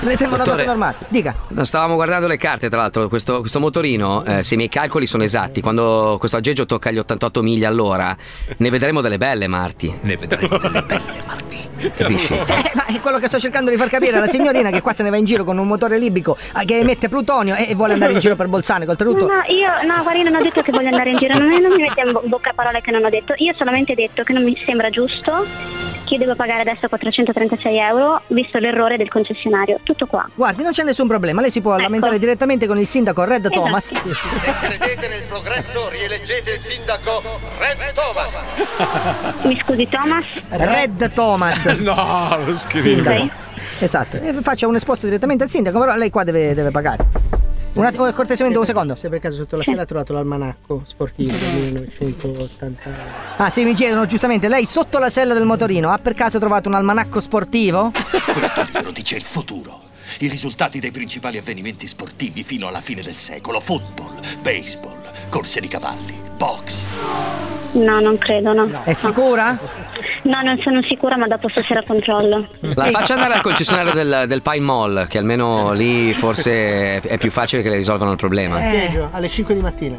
Le sembra una cosa Dottore. normale. Dica. No, Stavamo guardando le carte, tra l'altro, questo, questo motorino, eh, se i miei calcoli sono esatti, quando questo aggeggio tocca gli 88 miglia all'ora, ne vedremo delle belle, Marti. Ne vedremo delle belle, Marti. Capisci? Sì, Eh, ma è quello che sto cercando di far capire alla signorina che qua se ne va in giro con un motore libico eh, che emette plutonio e, e vuole andare in giro per Bolzano, che No, oltretutto... no, io no, guarda, io non ho detto che voglio andare in giro, non, non mi mette in bo- bocca parole che non ho detto. Io ho solamente detto che non mi sembra giusto che io devo pagare adesso 436 euro visto l'errore del concessionario. Tutto qua. Ecco. Guardi, non c'è nessun problema, lei si può lamentare direttamente con il sindaco Red Esatto. Thomas. Se credete nel progresso, rieleggete il sindaco Red Thomas. Mi scusi, Thomas? Red Thomas. no, lo scrivo. Sindaco. Esatto, e faccia un esposto direttamente al sindaco, però lei qua deve, deve pagare. Un attimo, ecco. cortesemente, un secondo. Eh. Se per caso sotto la sella ha trovato l'almanacco sportivo del 1980. Ah, sì, mi chiedono giustamente, lei sotto la sella del motorino ha per caso trovato un almanacco sportivo? Questo libro dice il futuro. I risultati dei principali avvenimenti sportivi fino alla fine del secolo. Football, baseball, corse di cavalli, box. No, non credo, no. È sicura? No, non sono sicura, ma dopo stasera controllo. La faccia andare al concessionario del, del Pine Mall, che almeno lì forse è più facile che le risolvano il Eh. problema. Parcheggio, alle 5 di mattina.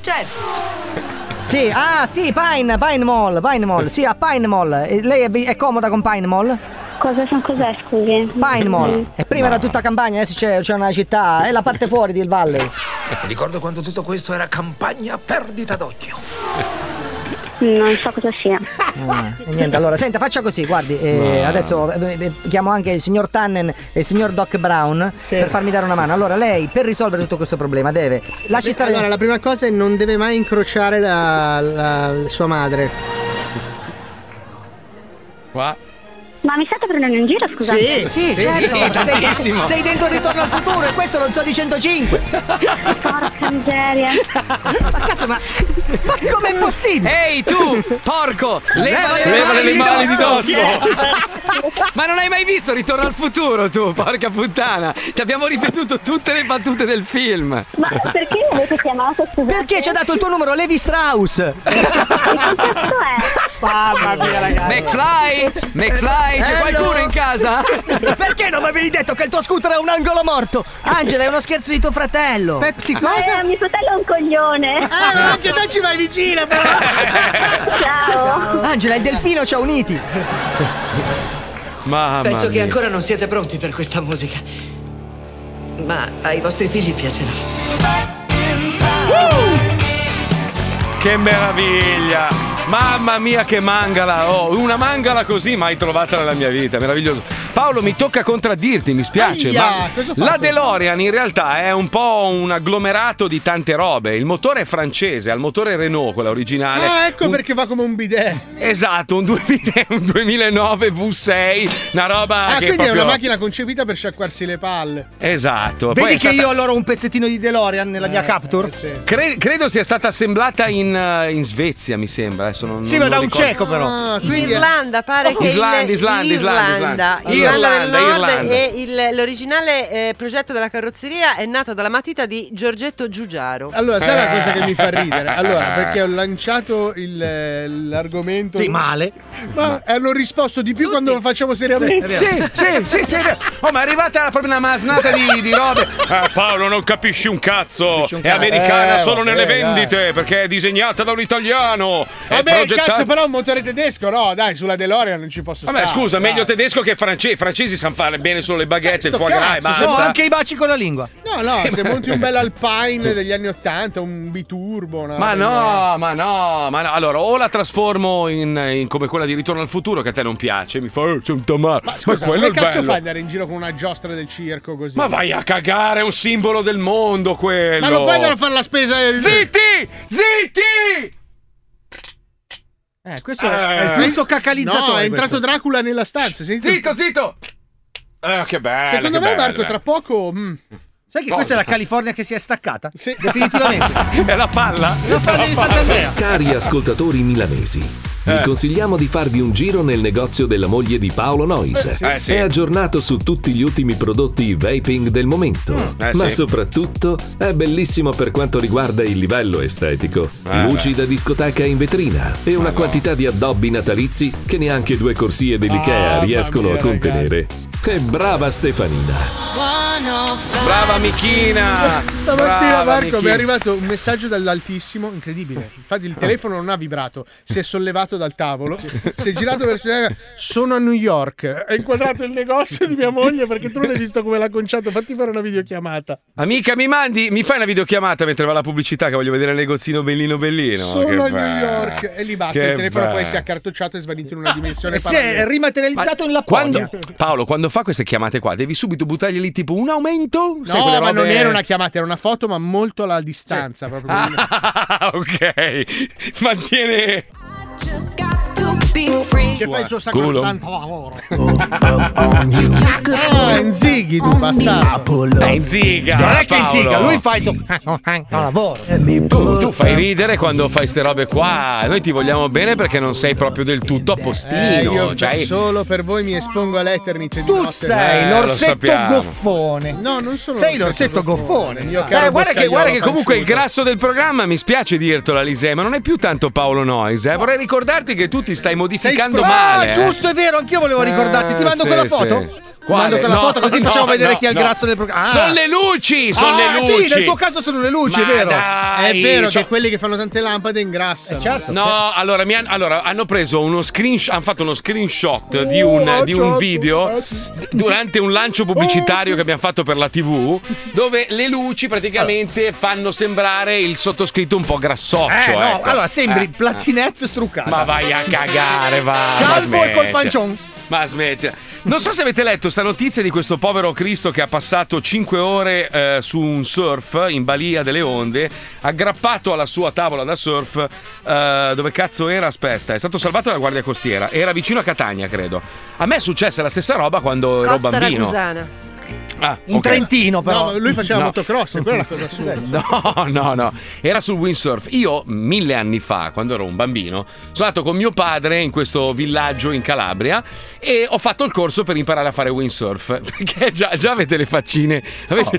Certo. Sì, ah, sì, Pine, Pine Mall, Pine Mall, sì, a Pine Mall. E Lei è, vi- è comoda con Pine Mall? Cosa sono cos'è, scusi? Mm. Pine Mall. E prima era tutta campagna, adesso c'è, c'è una città, è la parte fuori del Valley. Mi ricordo quando tutto questo era campagna perdita d'occhio. Non so cosa sia. Ah, e niente, allora, senta, faccia così, guardi, eh, Ma- adesso eh, eh, chiamo anche il signor Tannen e il signor Doc Brown per farmi dare una mano. Allora, lei, per risolvere tutto questo problema, deve... Lasci Beh, stare... Allora, la prima cosa è non deve mai incrociare la, la- sua madre. Qua. Ma mi state prendendo in giro, Sì, scusate? sì, Sì, certo, tantissimo. sei, sei dentro il ritorno al futuro e questo non so di 105. Porca miseria. Ma cazzo, ma, ma com'è possibile? Ehi tu, porco, levale, Levale le mani di Ma non hai mai visto Ritorno al futuro tu, porca puttana! Ti abbiamo ripetuto tutte le battute del film! Ma perché mi avete chiamato, scusate? Perché ci ha dato il tuo numero Levi Strauss? Mamma mia, ragazzi. McFly! McFly, c'è Hello. qualcuno in casa? Perché non mi avevi detto che il tuo scooter è un angolo morto? Angela, è uno scherzo di tuo fratello. Pepsi, Ma eh, mio fratello è un coglione. Ah, ma anche te ci vai vicino, però. Eh, Ciao. Angela, il delfino ci ha uniti. Mamma Penso che mia. ancora non siete pronti per questa musica. Ma ai vostri figli piacerà. Che meraviglia! Mamma mia che mangala! Oh, una mangala così mai trovata nella mia vita, meraviglioso. Paolo, mi tocca contraddirti, mi spiace. Aia, ma cosa ho fatto? la DeLorean in realtà è un po' un agglomerato di tante robe. Il motore è francese, al motore Renault, quella originale. Ah, ecco un- perché va come un bidet. Esatto, un, 2000 un 2009 V6, una roba Ah, che quindi è proprio- una macchina concepita per sciacquarsi le palle. Esatto. Poi Vedi è che stata- io allora ho un pezzettino di DeLorean nella mia Capture. Cre- credo sia stata assemblata in, eh, in Svezia, mi sembra. Adesso non, Sì, non ma da lo un ricordo. ceco, però. Ah, in eh. Irlanda pare che Islanda, il, Islanda, Islanda, Irlanda, Islanda. Irlanda del Irlanda, Nord Irlanda. e il- l'originale eh, progetto della carrozzeria è nato dalla matita di Giorgetto Giugiaro. Allora, Eh. sai la cosa che mi fa ridere? Allora, perché ho lanciato il, eh, l'argomento. Sì, male. Ma hanno risposto di più quando lo facciamo seriamente. Sì, sì, sì, sì. è vero. Oh, ma è arrivata proprio una masnata di, di robe. Eh, Paolo, non capisci un cazzo. È cazzo. americana Eh, solo vabbè, nelle dai. vendite perché è disegnata da un italiano. è Vabbè, Eh progettata- cazzo, però un motore tedesco, no, dai, sulla DeLorean non ci posso Vabbè, stare. scusa, dai. Eh, meglio tedesco che francese. I francesi sanno fare bene solo le baguette, il Sto foie gras e cazzo, sono basta. anche i baci con la lingua. No, no, Sì, se ma- monti un bel Alpine degli anni Ottanta, un biturbo. una Ma roba no, ma no, ma no. Allora, o la trasformo in, in come quella di Ritorno al futuro, che a te non piace, mi fa, "Eh, c'è un tamaro. Ma Scusa, quello come è cazzo bello. fai ad andare in giro con una giostra del circo così? Ma vai a cagare, è un simbolo del mondo quello. Ma non puoi andare a fare la spesa. Zitti! Zitti! Eh, questo è il flusso cacalizzatore. No, è entrato questo. Dracula nella stanza. Zitto, zitto! Eh, che bello. Secondo che me, bello, Marco, eh. tra poco. mm, Sai che Cosa? questa è la California che si è staccata? Sì. Definitivamente. è la palla? La palla di Sant'Andrea. Cari ascoltatori milanesi, vi Eh. consigliamo di farvi un giro nel negozio della moglie di Paolo Nois. Eh, sì. Eh, sì. È aggiornato su tutti gli ultimi prodotti vaping del momento, eh, ma sì. soprattutto è bellissimo per quanto riguarda il livello estetico. Eh, Luci da discoteca in vetrina e una quantità di addobbi natalizi che neanche due corsie dell'IKEA Ah, Mamma riescono mia, a contenere. Che brava Stefanina! Brava Michina! Stamattina, Brava, Marco, mi è Michina. arrivato un messaggio dall'altissimo, incredibile. Infatti, il telefono non ha vibrato, si è sollevato dal tavolo, si è girato verso me. Sono a New York. Ho inquadrato il negozio di mia moglie perché tu non hai visto come l'ha conciato. Fatti fare una videochiamata. Amica, mi mandi, mi fai una videochiamata mentre va la pubblicità che voglio vedere il negozino bellino bellino. Che Sono a bello. New York e lì basta. Che il telefono poi bello. si è accartocciato e svanito in una dimensione. E si è parallela. rimaterializzato in Lapponia. Quando, Paolo, quando fa queste chiamate qua, devi subito buttargli lì tipo un aumento? Sai, No, quelle ma robe- non era una chiamata, era una foto, ma molto alla distanza. Proprio Ah, ok. Mantiene. Che fai il suo Culo. sacrosanto lavoro. Ah, in zighi tu bastardo. È in ziga. Non è che in Paolo. ziga, lui fa il Ah, suo lavoro. Tu, tu fai ridere quando fai ste robe qua. Noi ti vogliamo bene perché non sei proprio del tutto a postino. Eh, io cioè- solo per voi mi espongo all'Eternit. di Tu notte. sei Eh, lo l'orsetto sappiamo. goffone. No, non sono Sei l'orsetto l'orsetto goffone. mio Dai. caro Eh, guarda, che, Boscaiolo guarda che comunque il panciuto. grasso del programma, mi spiace dirtelo, Alise, ma non è più tanto Paolo Noyes. Eh. Vorrei ricordarti che tu ti stai modificando spro- male. Ah, eh. giusto, è vero, anch'io volevo ricordarti. Ti mando sì, quella sì. foto? Ti Quale? Mando quella No, foto così no, facciamo vedere no, chi è il no. grasso del programma. Ah. Sono le luci! Sono Ah, le luci! Sì, nel tuo caso sono le luci, Ma è vero. Eh, dai, È vero cioè- che quelli che fanno tante lampade ingrassano. certo. No, allora, mi han- allora, hanno preso uno screenshot, hanno fatto uno screenshot di un, Oh, di un certo. video d- durante un lancio pubblicitario che abbiamo fatto per la TV, dove le luci praticamente fanno sembrare il sottoscritto un po' grassoccio. Eh, no, ecco. allora sembri Eh, platinette struccata. eh. Ma vai a cagare, va. ma Calvo e col smettila. pancion. Ma smettila. Non so se avete letto sta notizia di questo povero Cristo che ha passato 5 ore eh, su un surf in balia delle onde, aggrappato alla sua tavola da surf. eh, dove cazzo era? Aspetta, è stato salvato dalla Guardia Costiera. Era vicino a Catania, credo. A me è successa la stessa roba quando ero Costa bambino. Ragusana. Ah, In ok. Trentino, però. No, lui faceva No. Eh. motocross, quella è la cosa assurda. No, no, no, era sul windsurf. Io mille anni fa, quando ero un bambino, sono andato con mio padre in questo villaggio in Calabria e ho fatto il corso per imparare a fare windsurf. Perché già, già avete le faccine. Avete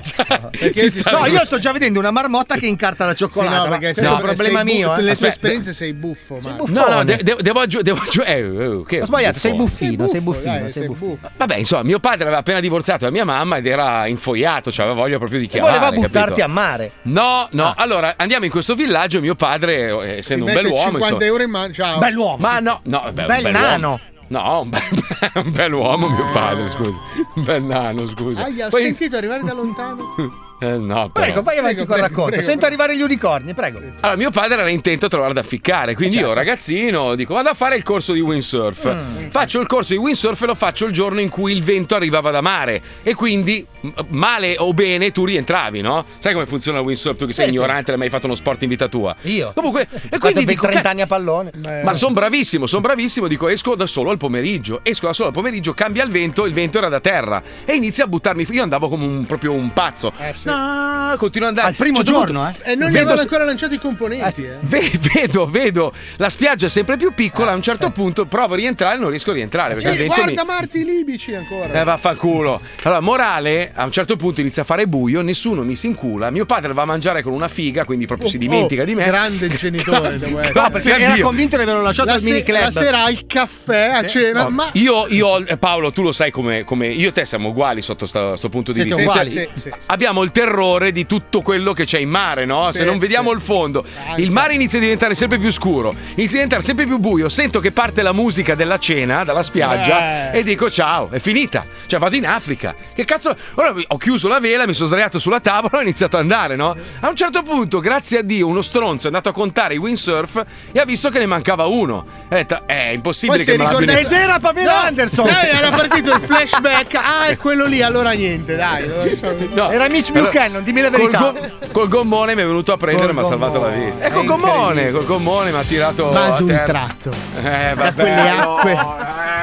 già. ci sta- No, Oh. io sto già vedendo una marmotta che incarta la Sì, cioccolata. no, ma perché questo è un problema mio. eh. Tutte le sue Aspetta. esperienze sei buffo, ma. No, no, de- de- devo eh, aggiungere. Ho sbagliato, sei buffino, sei buffo, buffino, dai, sei sei buffino. Vabbè, insomma, mio padre aveva appena divorziato da mia mamma ed era infoiato, cioè aveva voglia proprio di E chiamare. voleva buttarti capito? a Ah. mare. No, no, allora andiamo in questo villaggio. Mio padre, eh, essendo Ti un mette bell'uomo, 50 insomma, euro in mano. Ciao. Bell'uomo. Ma no, no, beh, un Bel bell'uomo. nano. No, un bel, un bell'uomo, mio padre, scusa. Un bel nano, scusa. Aia, ho Poi- sentito arrivare da lontano. Eh, no, però. Prego, vai avanti Prego, col prego, racconto. prego. Sento arrivare gli unicorni, prego. Allora, mio padre era intento a trovare da ficcare, Eh, quindi certo. io, ragazzino, dico vado a fare il corso di windsurf. Mm. Faccio il corso di windsurf e lo faccio il giorno in cui il vento arrivava da mare. E quindi, m- male o bene, tu rientravi, no? Sai come funziona il windsurf? Tu che sei Sì, sì. ignorante, l'hai mai fatto uno sport in vita tua. Io. Comunque, e quindi dico, 30 cazzo- anni a pallone. Eh. Ma sono bravissimo, sono bravissimo, dico esco da solo al pomeriggio, esco da solo al pomeriggio, cambia il vento, il vento era da terra e inizia a buttarmi, fu- io andavo come un, proprio un pazzo. No, continuo ad andare. Al Eh, primo giorno, eh? E non gli vedo, avevano ancora lanciato i componenti, eh. ve- vedo, vedo, la spiaggia è sempre più piccola, a un certo punto provo a rientrare e non riesco a rientrare perché il eh. Sì, vento mi... Eh, guarda Marti i libici ancora. Eh, vaffanculo. Allora, morale, a un certo punto inizia a fare buio, nessuno mi si incula. Mio padre va a mangiare con una figa, quindi proprio si Oh, dimentica di me. Grande il genitore, Grazie- devo essere. grazie a Dio. di averlo La al se- miniclub. la sera La sera al caffè, a cena, No, ma io, io- eh, Paolo, tu lo sai come, come io e te siamo uguali sotto questo punto di Siete vista. uguali, Te- sì, sì, Abbiamo il terrore di tutto quello che c'è in mare, no? Sì, Se non vediamo il fondo, il mare inizia a diventare sempre più scuro, inizia a diventare sempre più buio. Sento che parte la musica della cena dalla spiaggia Eh, e dico ciao, è finita. Cioè, vado in Africa. Che cazzo? Ora mi- ho chiuso la vela, mi sono sdraiato sulla tavola e ho iniziato ad andare, no? A un certo punto, grazie a Dio, uno stronzo è andato a contare i windsurf e ha visto che ne mancava uno. Ha detto, eh, è impossibile Poi che si me l'abbiano ricorda- detto." No, Dai, era partito il flashback. Ah, è quello lì, allora niente, dai. lo lasciamo- No. Era Mitch Buchanan, dimmi la col verità. go- col gommone mi è venuto a prendere e mi ha salvato la vita. E col gommone, col gommone mi ha tirato. Ma a ad Ecco, un terra. tratto. Eh, da vabbè. quelle no. acque.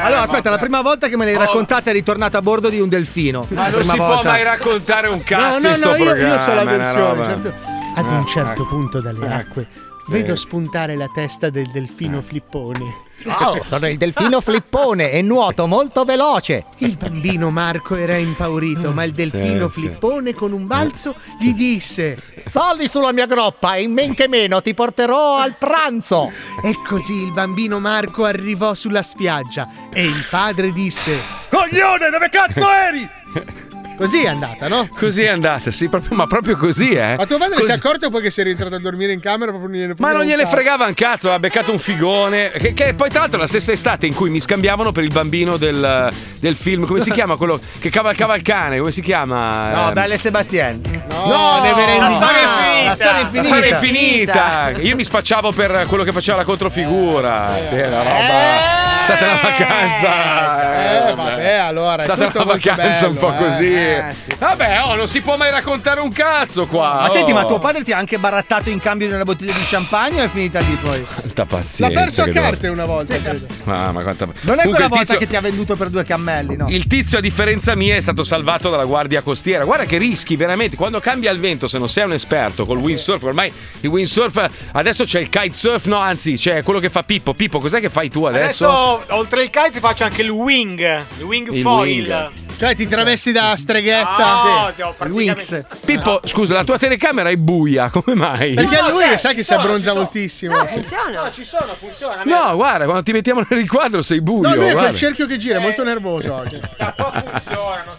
Allora, aspetta, la prima volta che me l'hai raccontata eri tornata a bordo di un delfino. Ma La non prima si può volta. mai raccontare un cazzo No, in no, sto no, io- programma. io so la è una versione, roba- certo. Ad un certo punto dalle acque vedo spuntare la testa del delfino flippone. Ciao, sono il delfino flippone e nuoto molto veloce. Il bambino Marco era impaurito, ma il delfino sì. flippone con un balzo gli disse: Sali sulla mia groppa e in men che meno ti porterò al pranzo. E così il bambino Marco arrivò sulla spiaggia e il padre disse: Coglione, dove cazzo eri? Così è andata, no? Così è andata, sì, proprio- ma proprio così, eh. Ma tuo padre Così- si è accorto poi che sei rientrato a dormire in camera proprio non gliene Ma non gliene un cazzo. fregava un cazzo, aveva beccato un figone. Che, che poi, tra l'altro, è la stessa estate in cui mi scambiavano per il bambino del, del film. Come si chiama quello che cavalcava il cane? Come si chiama? No, Ehm, belle Sebastien. No, ne ne verendi- finita. Oh, La storia è finita. La storia è finita. Io mi spacciavo per quello che faceva la controfigura. Sì, è una roba. È stata una vacanza. Eh, vabbè, allora, È è stata tutto una molto vacanza un bello, po' eh. così. Eh, Vabbè, oh, non si può mai raccontare un cazzo qua. Ma oh. senti, ma tuo padre ti ha anche barattato in cambio di una bottiglia di champagne o è finita lì poi? Quanta pazienza. che devo- una volta. credo. Mamma, quanta Non è Comunque, quella il volta tizio- che ti ha venduto per due cammelli, no? Il tizio, a differenza mia, è stato salvato dalla guardia costiera. Guarda che rischi veramente quando cambia il vento. Se non sei un esperto col windsurf, ormai il windsurf adesso c'è il kitesurf. No, anzi, c'è quello che fa Pippo. Pippo, cos'è che fai tu adesso? Adesso, oltre il kite, faccio anche il wing. Il wing Il foil. wing. Cioè, ti travesti da streghetta. No, ti ho praticamente- Pippo, scusa, la tua telecamera è buia, come mai? Perché No, lui cioè, sai che ci si sono, abbronza ci sono. moltissimo. No, ci sono, funziona. No, guarda, quando ti mettiamo nel riquadro sei buio. No, lui è guarda. quel cerchio che gira, è molto nervoso oggi.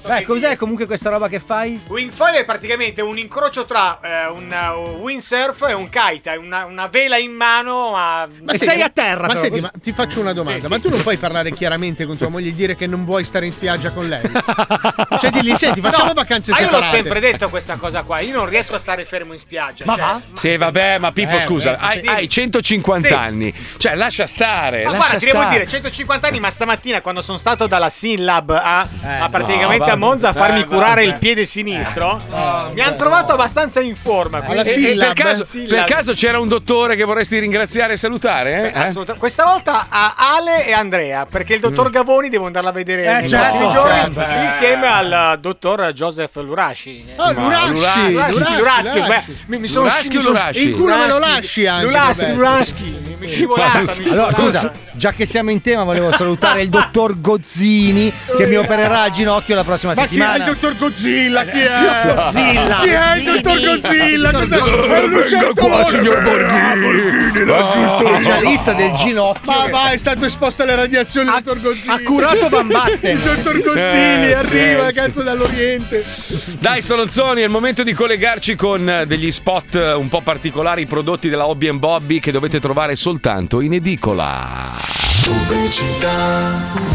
Beh, cos'è comunque questa roba che fai? Wing foil è praticamente un incrocio tra eh, un eh, windsurf e un kite. È una, una vela in mano, ma. Ma senti, ma ti faccio una domanda: Sì, ma sì, tu sì. non puoi parlare chiaramente con tua moglie e dire che non vuoi stare in spiaggia con lei? cioè, digli, senti, facciamo No, vacanze ma Io separate. l'ho sempre detto questa cosa qua. Io non riesco a stare fermo in spiaggia. Ma cioè, va? Sì, vabbè, ma Pippo, Eh, scusa, eh, hai, dimmi. hai 150 Sì. anni. Cioè, lascia stare. Ma lascia guarda, ti devo stare. dire, 150 anni, ma stamattina quando sono stato dalla Synlab a, a praticamente no, a Monza a vabbè. farmi Eh, curare il vabbè. piede sinistro, mi hanno trovato abbastanza in forma. quindi- E- e eh, per, caso, per caso c'era un dottore che vorresti ringraziare e salutare? eh? Eh? Assolutamente. Questa volta a Ale e Andrea, perché il dottor Gavoni devo andarla a vedere nei Mm. certo. prossimi giorni Vabbè. insieme al dottor Joseph Lurashi. Ah, Oh, Ma- Luraschi, Luraschi, Luraschi, Luraschi, Luraschi. beh, mi, mi sono Luraschi sci- mi o sono- Luraschi? Il culo me lo lasci anche, Luraschi, vabbè. Luraschi, mi- mi scivolata, mi Allora, scivolata. scusa, già che siamo in tema, volevo salutare il dottor Gozzini che mi opererà al ginocchio la prossima Ma chi è il settimana. dottor Godzilla? Chi è? Godzilla. Chi è Eh, il dottor Godzilla? Esatto. Cos'è? È Esatto. un lucertone. Ah. specialista del ginocchio. Ma vai, è stato esposto alle radiazioni il dottor Gozzini. ha curato Van Basten. Il dottor Gozzini Eh, arriva, sì, cazzo, dall'Oriente. Dai, Stolonzoni, è il momento di collegarci con eh, degli spot eh, un po' particolari prodotti della Hobby and Bobby che dovete trovare soltanto in edicola. Pubblicità.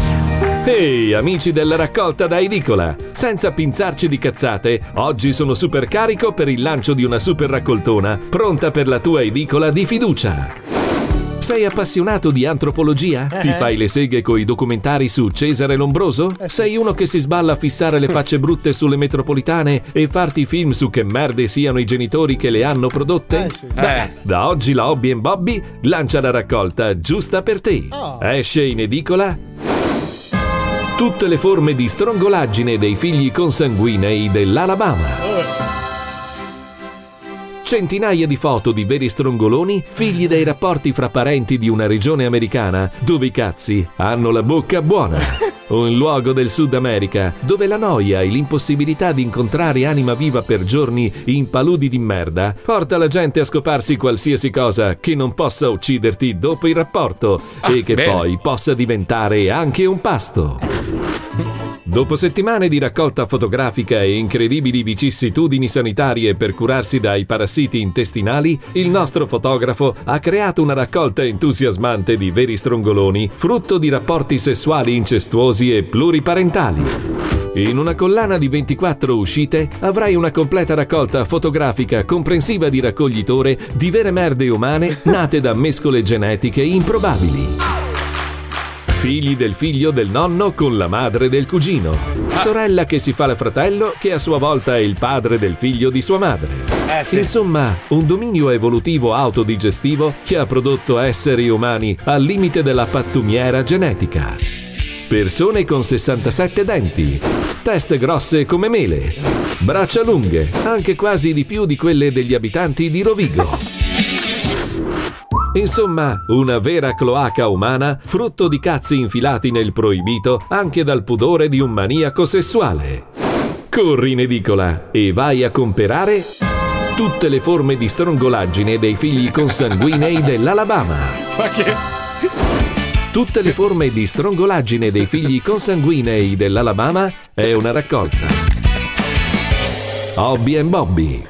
Ehi, amici della raccolta da edicola! Senza pinzarci di cazzate, oggi sono super carico per il lancio di una super raccoltona pronta per la tua edicola di fiducia. Sei appassionato di antropologia? Ti Eh. fai le seghe coi documentari su Cesare Lombroso? Sei uno che si sballa a fissare le facce brutte sulle metropolitane e farti film su che merde siano i genitori che le hanno prodotte? Beh, Eh. da oggi la Hobby Bobby lancia la raccolta giusta per te. Oh. Esce in edicola tutte le forme di strongolaggine dei figli consanguinei dell'Alabama. Centinaia di foto di veri strongoloni, figli dei rapporti fra parenti di una regione americana, dove i cazzi hanno la bocca buona. Un luogo del Sud America dove la noia e l'impossibilità di incontrare anima viva per giorni in paludi di merda porta la gente a scoparsi qualsiasi cosa che non possa ucciderti dopo il rapporto e che bene. poi possa diventare anche un pasto. Dopo settimane di raccolta fotografica e incredibili vicissitudini sanitarie per curarsi dai parassiti intestinali, il nostro fotografo ha creato una raccolta entusiasmante di veri strongoloni, frutto di rapporti sessuali incestuosi e pluriparentali. In una collana di 24 uscite avrai una completa raccolta fotografica comprensiva di raccoglitore di vere merde umane nate da mescole genetiche improbabili. Figli del figlio del nonno con la madre del cugino. Sorella che si fa la fratello che a sua volta è il padre del figlio di sua madre. Insomma, un dominio evolutivo autodigestivo che ha prodotto esseri umani al limite della pattumiera genetica. Persone con 67 denti, teste grosse come mele, braccia lunghe, anche quasi di più di quelle degli abitanti di Rovigo. Insomma, una vera cloaca umana, frutto di cazzi infilati nel proibito anche dal pudore di un maniaco sessuale. Corri in edicola e vai a comperare tutte le forme di strongolaggine dei figli consanguinei dell'Alabama. Ma che. Tutte le forme di strongolaggine dei figli consanguinei dell'Alabama è una raccolta. Hobby and Bobby.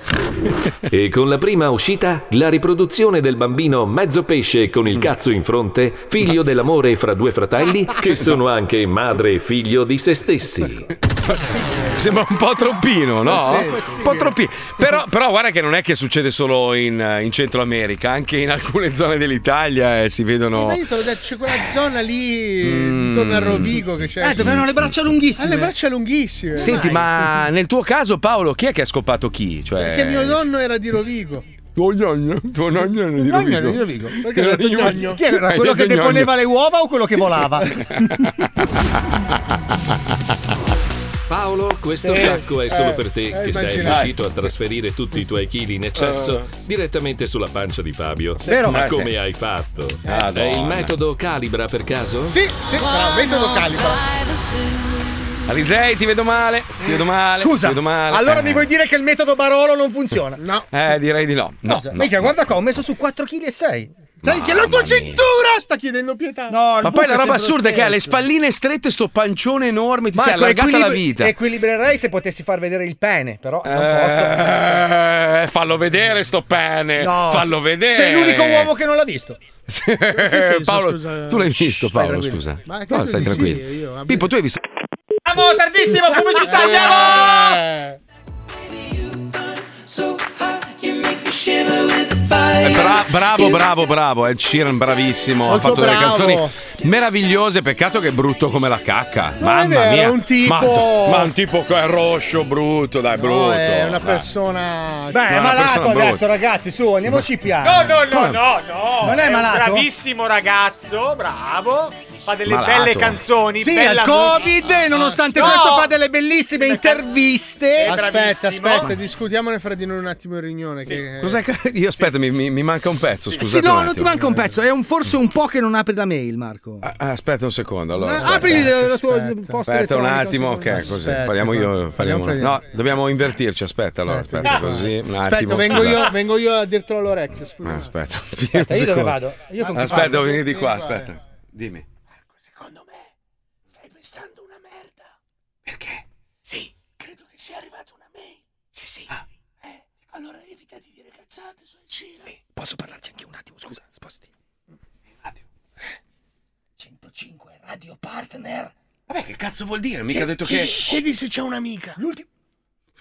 E con la prima uscita, la riproduzione del bambino mezzo pesce con il cazzo in fronte, figlio dell'amore fra due fratelli, che sono anche madre e figlio di se stessi. Sembra un po' troppino, no? Eh, un po' troppino. Però, però guarda che non è che succede solo in, eh, in Centro America, anche in alcune zone dell'Italia eh, si vedono. Ma io te l'ho detto, c'è quella zona lì Mm. intorno a Rovigo che c'è. Eh, dove hanno le braccia lunghissime. Ha le braccia lunghissime. Senti, Dai. ma nel tuo caso, Paolo, chi è che ha scopato chi? Cioè... Perché mio nonno era di Rovigo. Tuo nonno, tuo nonno era di Nonno Rovigo. era di Rovigo. Perché Era ho detto di gnogno. Chi era Hai quello che detto deponeva gnogno. le uova o quello che volava? Paolo, questo Sì. stacco è solo Eh, per te, eh, che sei immaginavo. riuscito a trasferire tutti i tuoi chili in eccesso direttamente sulla pancia di Fabio. Vero. Ma Eh, Ah. sì. come hai fatto? Madonna. È il metodo calibra per caso? Sì, sì, bravo, metodo calibra. Alisei, ti vedo male, ti vedo male. Scusa, ti vedo male. allora Eh. mi vuoi dire che il metodo Barolo non funziona? No. Eh, direi di no. no, Cosa? no. Mica, guarda qua, ho messo su 4,6 kg. Sai che la tua Mamma mia. cintura sta chiedendo pietà. No, il Ma buco poi la roba sembra assurda è che ha le stesso. spalline strette, sto pancione enorme, ti sei allargata la equilibri- vita. Equilibrerei se potessi far vedere il pene, però non posso. Eh, fallo vedere sto pane. No, fallo se- vedere. Sei l'unico uomo che non l'ha visto. Eh, Paolo, tu l'hai visto, Paolo, tranquillo. scusa. Ma credo no, stai di tranquillo. sì, io, vabbè. Pippo, tu hai visto. Andiamo, tardissimo, pubblicità, andiamo! Eh, bra- bravo, bravo, bravo. Ed Sheeran, bravissimo. Molto ha fatto delle bravo. canzoni meravigliose. Peccato che è brutto come la cacca. Mamma vero, mia. è un tipo- Ma, ma un tipo che è roscio, brutto, dai, brutto. No, è una dai. persona. Beh, è una malato persona brutta. adesso, ragazzi, su, andiamoci piano. No, no, no, no, no. Non è un malato? bravissimo ragazzo, bravo. Fa delle Malato. belle canzoni. Sì, bella al Covid, e nonostante No! questo fa delle bellissime interviste. Eh, Aspetta, aspetta, discutiamone fra di noi un attimo in riunione. Che... Cos'è che- Io aspetta, mi, mi- mi manca un pezzo. Eh. Sì, Scusate. no, un non attimo. ti Manca un pezzo, è un forse un po' che non apri la mail, Marco. Ah, aspetta un secondo. Allora, aspetta. apri la la tua posta Aspetta un elettronica, attimo, ok, secondo me. così. Aspetta, parliamo io. guarda, Parliamo parliamo no, dobbiamo invertirci. Aspetta, allora, aspetta, così. Un Aspetta, attimo, vengo scusa. io, vengo io a dirtelo all'orecchio. Scusa. Ah, Aspetta, Aspetta, io dove Un secondo. vado? Io con chi aspetta, parlo? devo venire di qua. Vieni qua, Aspetta, dimmi. Stai pensando una merda. Perché? Sì. Credo che sia arrivata una mail. Sì, sì. Ah. Eh, allora evita di dire cazzate sul Cira. Sì. Posso parlarci anche un attimo, scusa, spostati. Radio. 105 Radio Eh, Partner Vabbè, che cazzo vuol dire? Mica ha detto che. Chiedi se c'è un'amica. L'ultimo.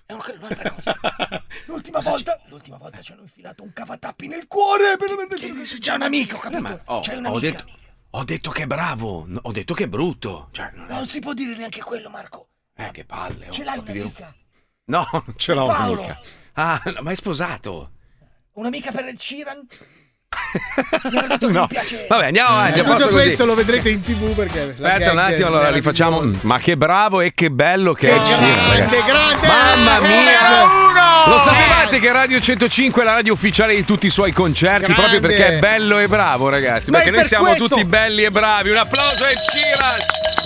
È un- un'altra cosa. L'ultima volta. L'ultima volta ci hanno infilato un cavatappi nel cuore. Per aver detto che se c'è un amico, capito? Ma, oh, C'è ho, un'amica. detto, ho detto che è bravo, no, ho detto che è brutto. Cioè, non- Non si può dire neanche quello, Marco. eh, che palle. oh, Ce l'hai proprio di- un'amica. No, non ce l'ho Paolo. un'amica. Ah, no, ma è sposato. Un'amica per il Ciran. Mi hanno detto che mi piace. Vabbè, andiamo avanti. a Eh, Tutto posto eh, così. questo lo vedrete in tv perché. la Aspetta gag un è attimo, allora meravigliosa. rifacciamo. Ma che bravo e che bello che è Cina, Grande, ragazzi. grande! Mamma mia! uno! Lo sapevate che Radio 105 è la radio ufficiale di tutti i suoi concerti proprio Grande. perché è bello e bravo, ragazzi. Ma è Perché noi per siamo questo- tutti belli e bravi. Un applauso Eh, a Ed Sheeran!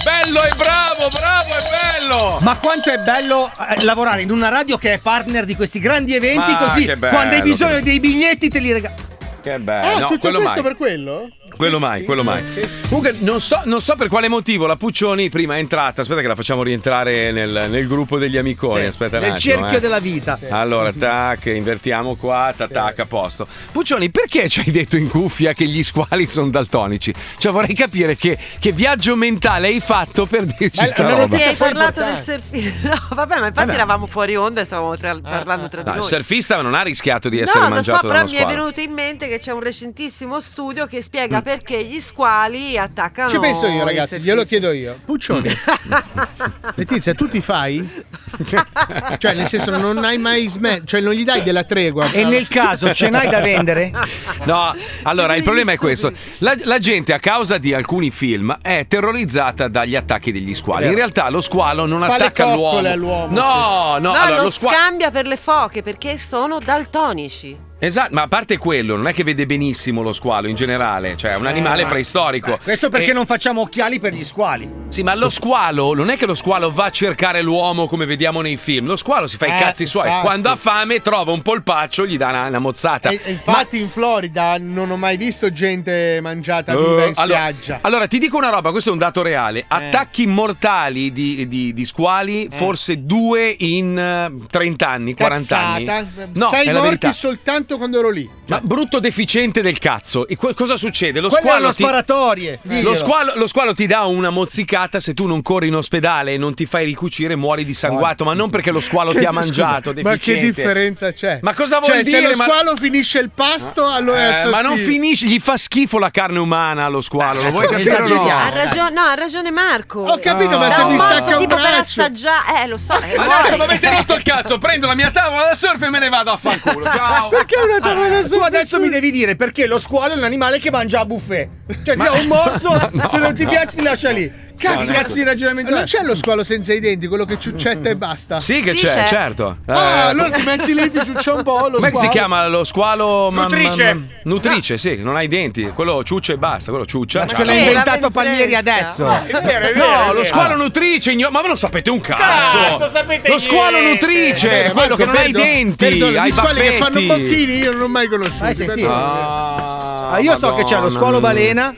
Bello e bravo, bravo e bello! Ma quanto è bello eh, lavorare in una radio che è partner di questi grandi eventi, Ma così che bello, quando hai bisogno che- dei biglietti te li regalo. Che bello! Ah, no, tutto quello questo mai. per Quello? Quello mai, quello mai. Comunque, non so, non so per quale motivo la Puccioni prima è entrata. Aspetta, che la facciamo rientrare nel, nel gruppo degli amiconi. Sì, aspetta un nel attimo, cerchio eh. della vita. Sì, allora, tac, invertiamo qua, tac, tac, a posto. Puccioni, perché ci hai detto in cuffia che gli squali sono daltonici? Cioè, vorrei capire che, che viaggio mentale hai fatto per Eh, dirci sta Perché roba. hai parlato del surfista. No, vabbè, ma infatti Vabbè. eravamo fuori onda e stavamo tra- Ah, parlando tra No, di il noi. surfista non ha rischiato di essere No, lo so, mangiato da però uno mi è squalo. Mm. venuto in mente che c'è un recentissimo studio che spiega perché gli squali attaccano. Ci penso Oh, io, i ragazzi, surf- glielo chiedo io. Puccioni. Letizia, tu ti fai? cioè, nel senso, non hai mai smesso, cioè non gli dai della tregua. E nel caso ce n'hai da vendere? No, allora il problema è questo: la, la gente a causa di alcuni film è terrorizzata dagli attacchi degli squali. In realtà lo squalo non Fa le attacca l'uomo. coccole all'uomo, No, no, No, allora, lo lo squalo. scambia per le foche perché sono daltonici. Esatto, ma a parte quello, non è che vede benissimo lo squalo in generale, cioè è Eh, un animale ma- preistorico. Questo perché E- non facciamo occhiali per gli squali. Sì, ma lo squalo non è che lo squalo va a cercare l'uomo come vediamo nei film. Lo squalo si fa i Eh, cazzi suoi. infatti. Quando ha fame, trova un polpaccio, gli dà una, una mozzata. E- e infatti in Florida non ho mai visto gente mangiata viva in Eh, allora- spiaggia. Eh. Allora, ti dico una roba, questo è un dato reale. Attacchi mortali di, di- di squali, forse due in eh, 30 anni, 40 Cazzata. anni. No, Sei è la morti verità. soltanto quando ero lì. Ma brutto deficiente del cazzo. E co- cosa succede? Lo Quello squalo erano ti... sparatorie, Lo diglielo. squalo, lo squalo ti dà una mozzicata se tu non corri in ospedale e non ti fai ricucire muori dissanguato, ma non perché lo squalo Che- ti ha scusa, ma mangiato. che deficiente. differenza c'è? Ma cosa vuol cioè, dire, Se lo ma- squalo finisce il pasto, allora è Eh, assassino. ma non finisce, gli fa schifo la carne umana allo squalo, lo vuoi capire o no? Ha ragione, no, ha ragione Marco. Ho Ah, eh. capito, ma se mi stacca un tipo per braccio. assaggiare, eh, lo so. eh, Adesso vai. mi avete rotto il cazzo, prendo la mia tavola da surf e me ne vado a fanculo. Ciao. Perché una tavola Ah, Tu adesso mi devi dire perché lo squalo è un animale che mangia a buffet. Cioè, Ma- ti dà un morso, No, se non ti no. piace ti lascia lì. Cazzo, Cazzo, cazzo di ragionamento. Non c'è lo squalo senza i denti, quello che ciuccetta e basta. Sì che c'è, certo. Ah, Eh, allora ti metti lì, ti ciuccia un po'. Lo Come si squalo. chiama lo squalo? ma- ma- Nutrice. ma- nutrice, sì, non hai denti. Quello ciuccia e basta. Quello ciuccia. Eh, Ma ciao. Eh, se l'ha inventato Palmieri adesso. Ecco. No, lo squalo nutrice, igno- ma voi non sapete un cazzo. Cazzo, sapete lo squalo niente. nutrice, Vabbè, Marco, quello che non perdo- hai denti. perdono, hai gli squali che fanno baffetti. bocchini io non ho mai conosciuto. Hai sentito? Ah, Ah, io so che c'è lo Madonna. squalo balena.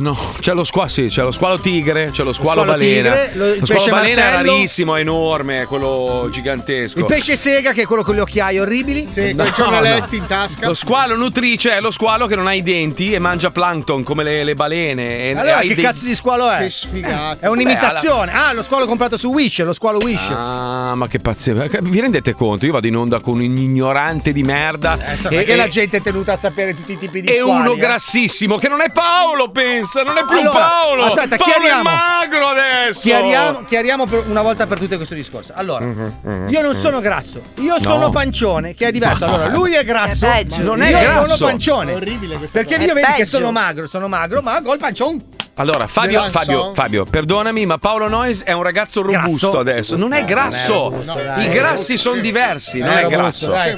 No, c'è lo squalo, sì, c'è lo squalo tigre, c'è lo squalo, squalo balena. tigre, lo- il squalo pesce balena è martello. rarissimo, è enorme, è quello gigantesco. Il pesce sega, che è quello con gli occhiaie orribili. Sì, No, giornaletti no. in tasca. Lo squalo nutrice è lo squalo che non ha i denti e mangia plankton come le, le balene. E Allora, e ha i che dei- cazzo di squalo è? Che sfigato. È un'imitazione. Ah, lo squalo comprato su Wish, lo squalo Wish. Ah, ma che pazzesco. Vi rendete conto? Io vado in onda con un ignorante di merda. Sa- Eh, Perché la gente è tenuta a sapere tutti i tipi di e squali? uno eh? grassissimo che non è Paolo, pensa, non è più Allora, Paolo. aspetta, Paolo chiariamo. è magro adesso. Chiariamo, chiariamo per una volta per tutte questo discorso. Allora, Mhm. io non sono grasso, io No. sono pancione, che è diverso. No. Allora, lui è grasso, È peggio. Non è io grasso. sono pancione. perché cosa. io È vedi che peggio. sono magro, sono magro, ma col pancione. Allora, Fabio, Della Fabio, song. Fabio, perdonami, ma Paolo Noyes è un ragazzo robusto Grasso. adesso. Non è No, grasso. non è robusto, dai. I grassi sono diversi, non Eh, è robusto, grasso. dai.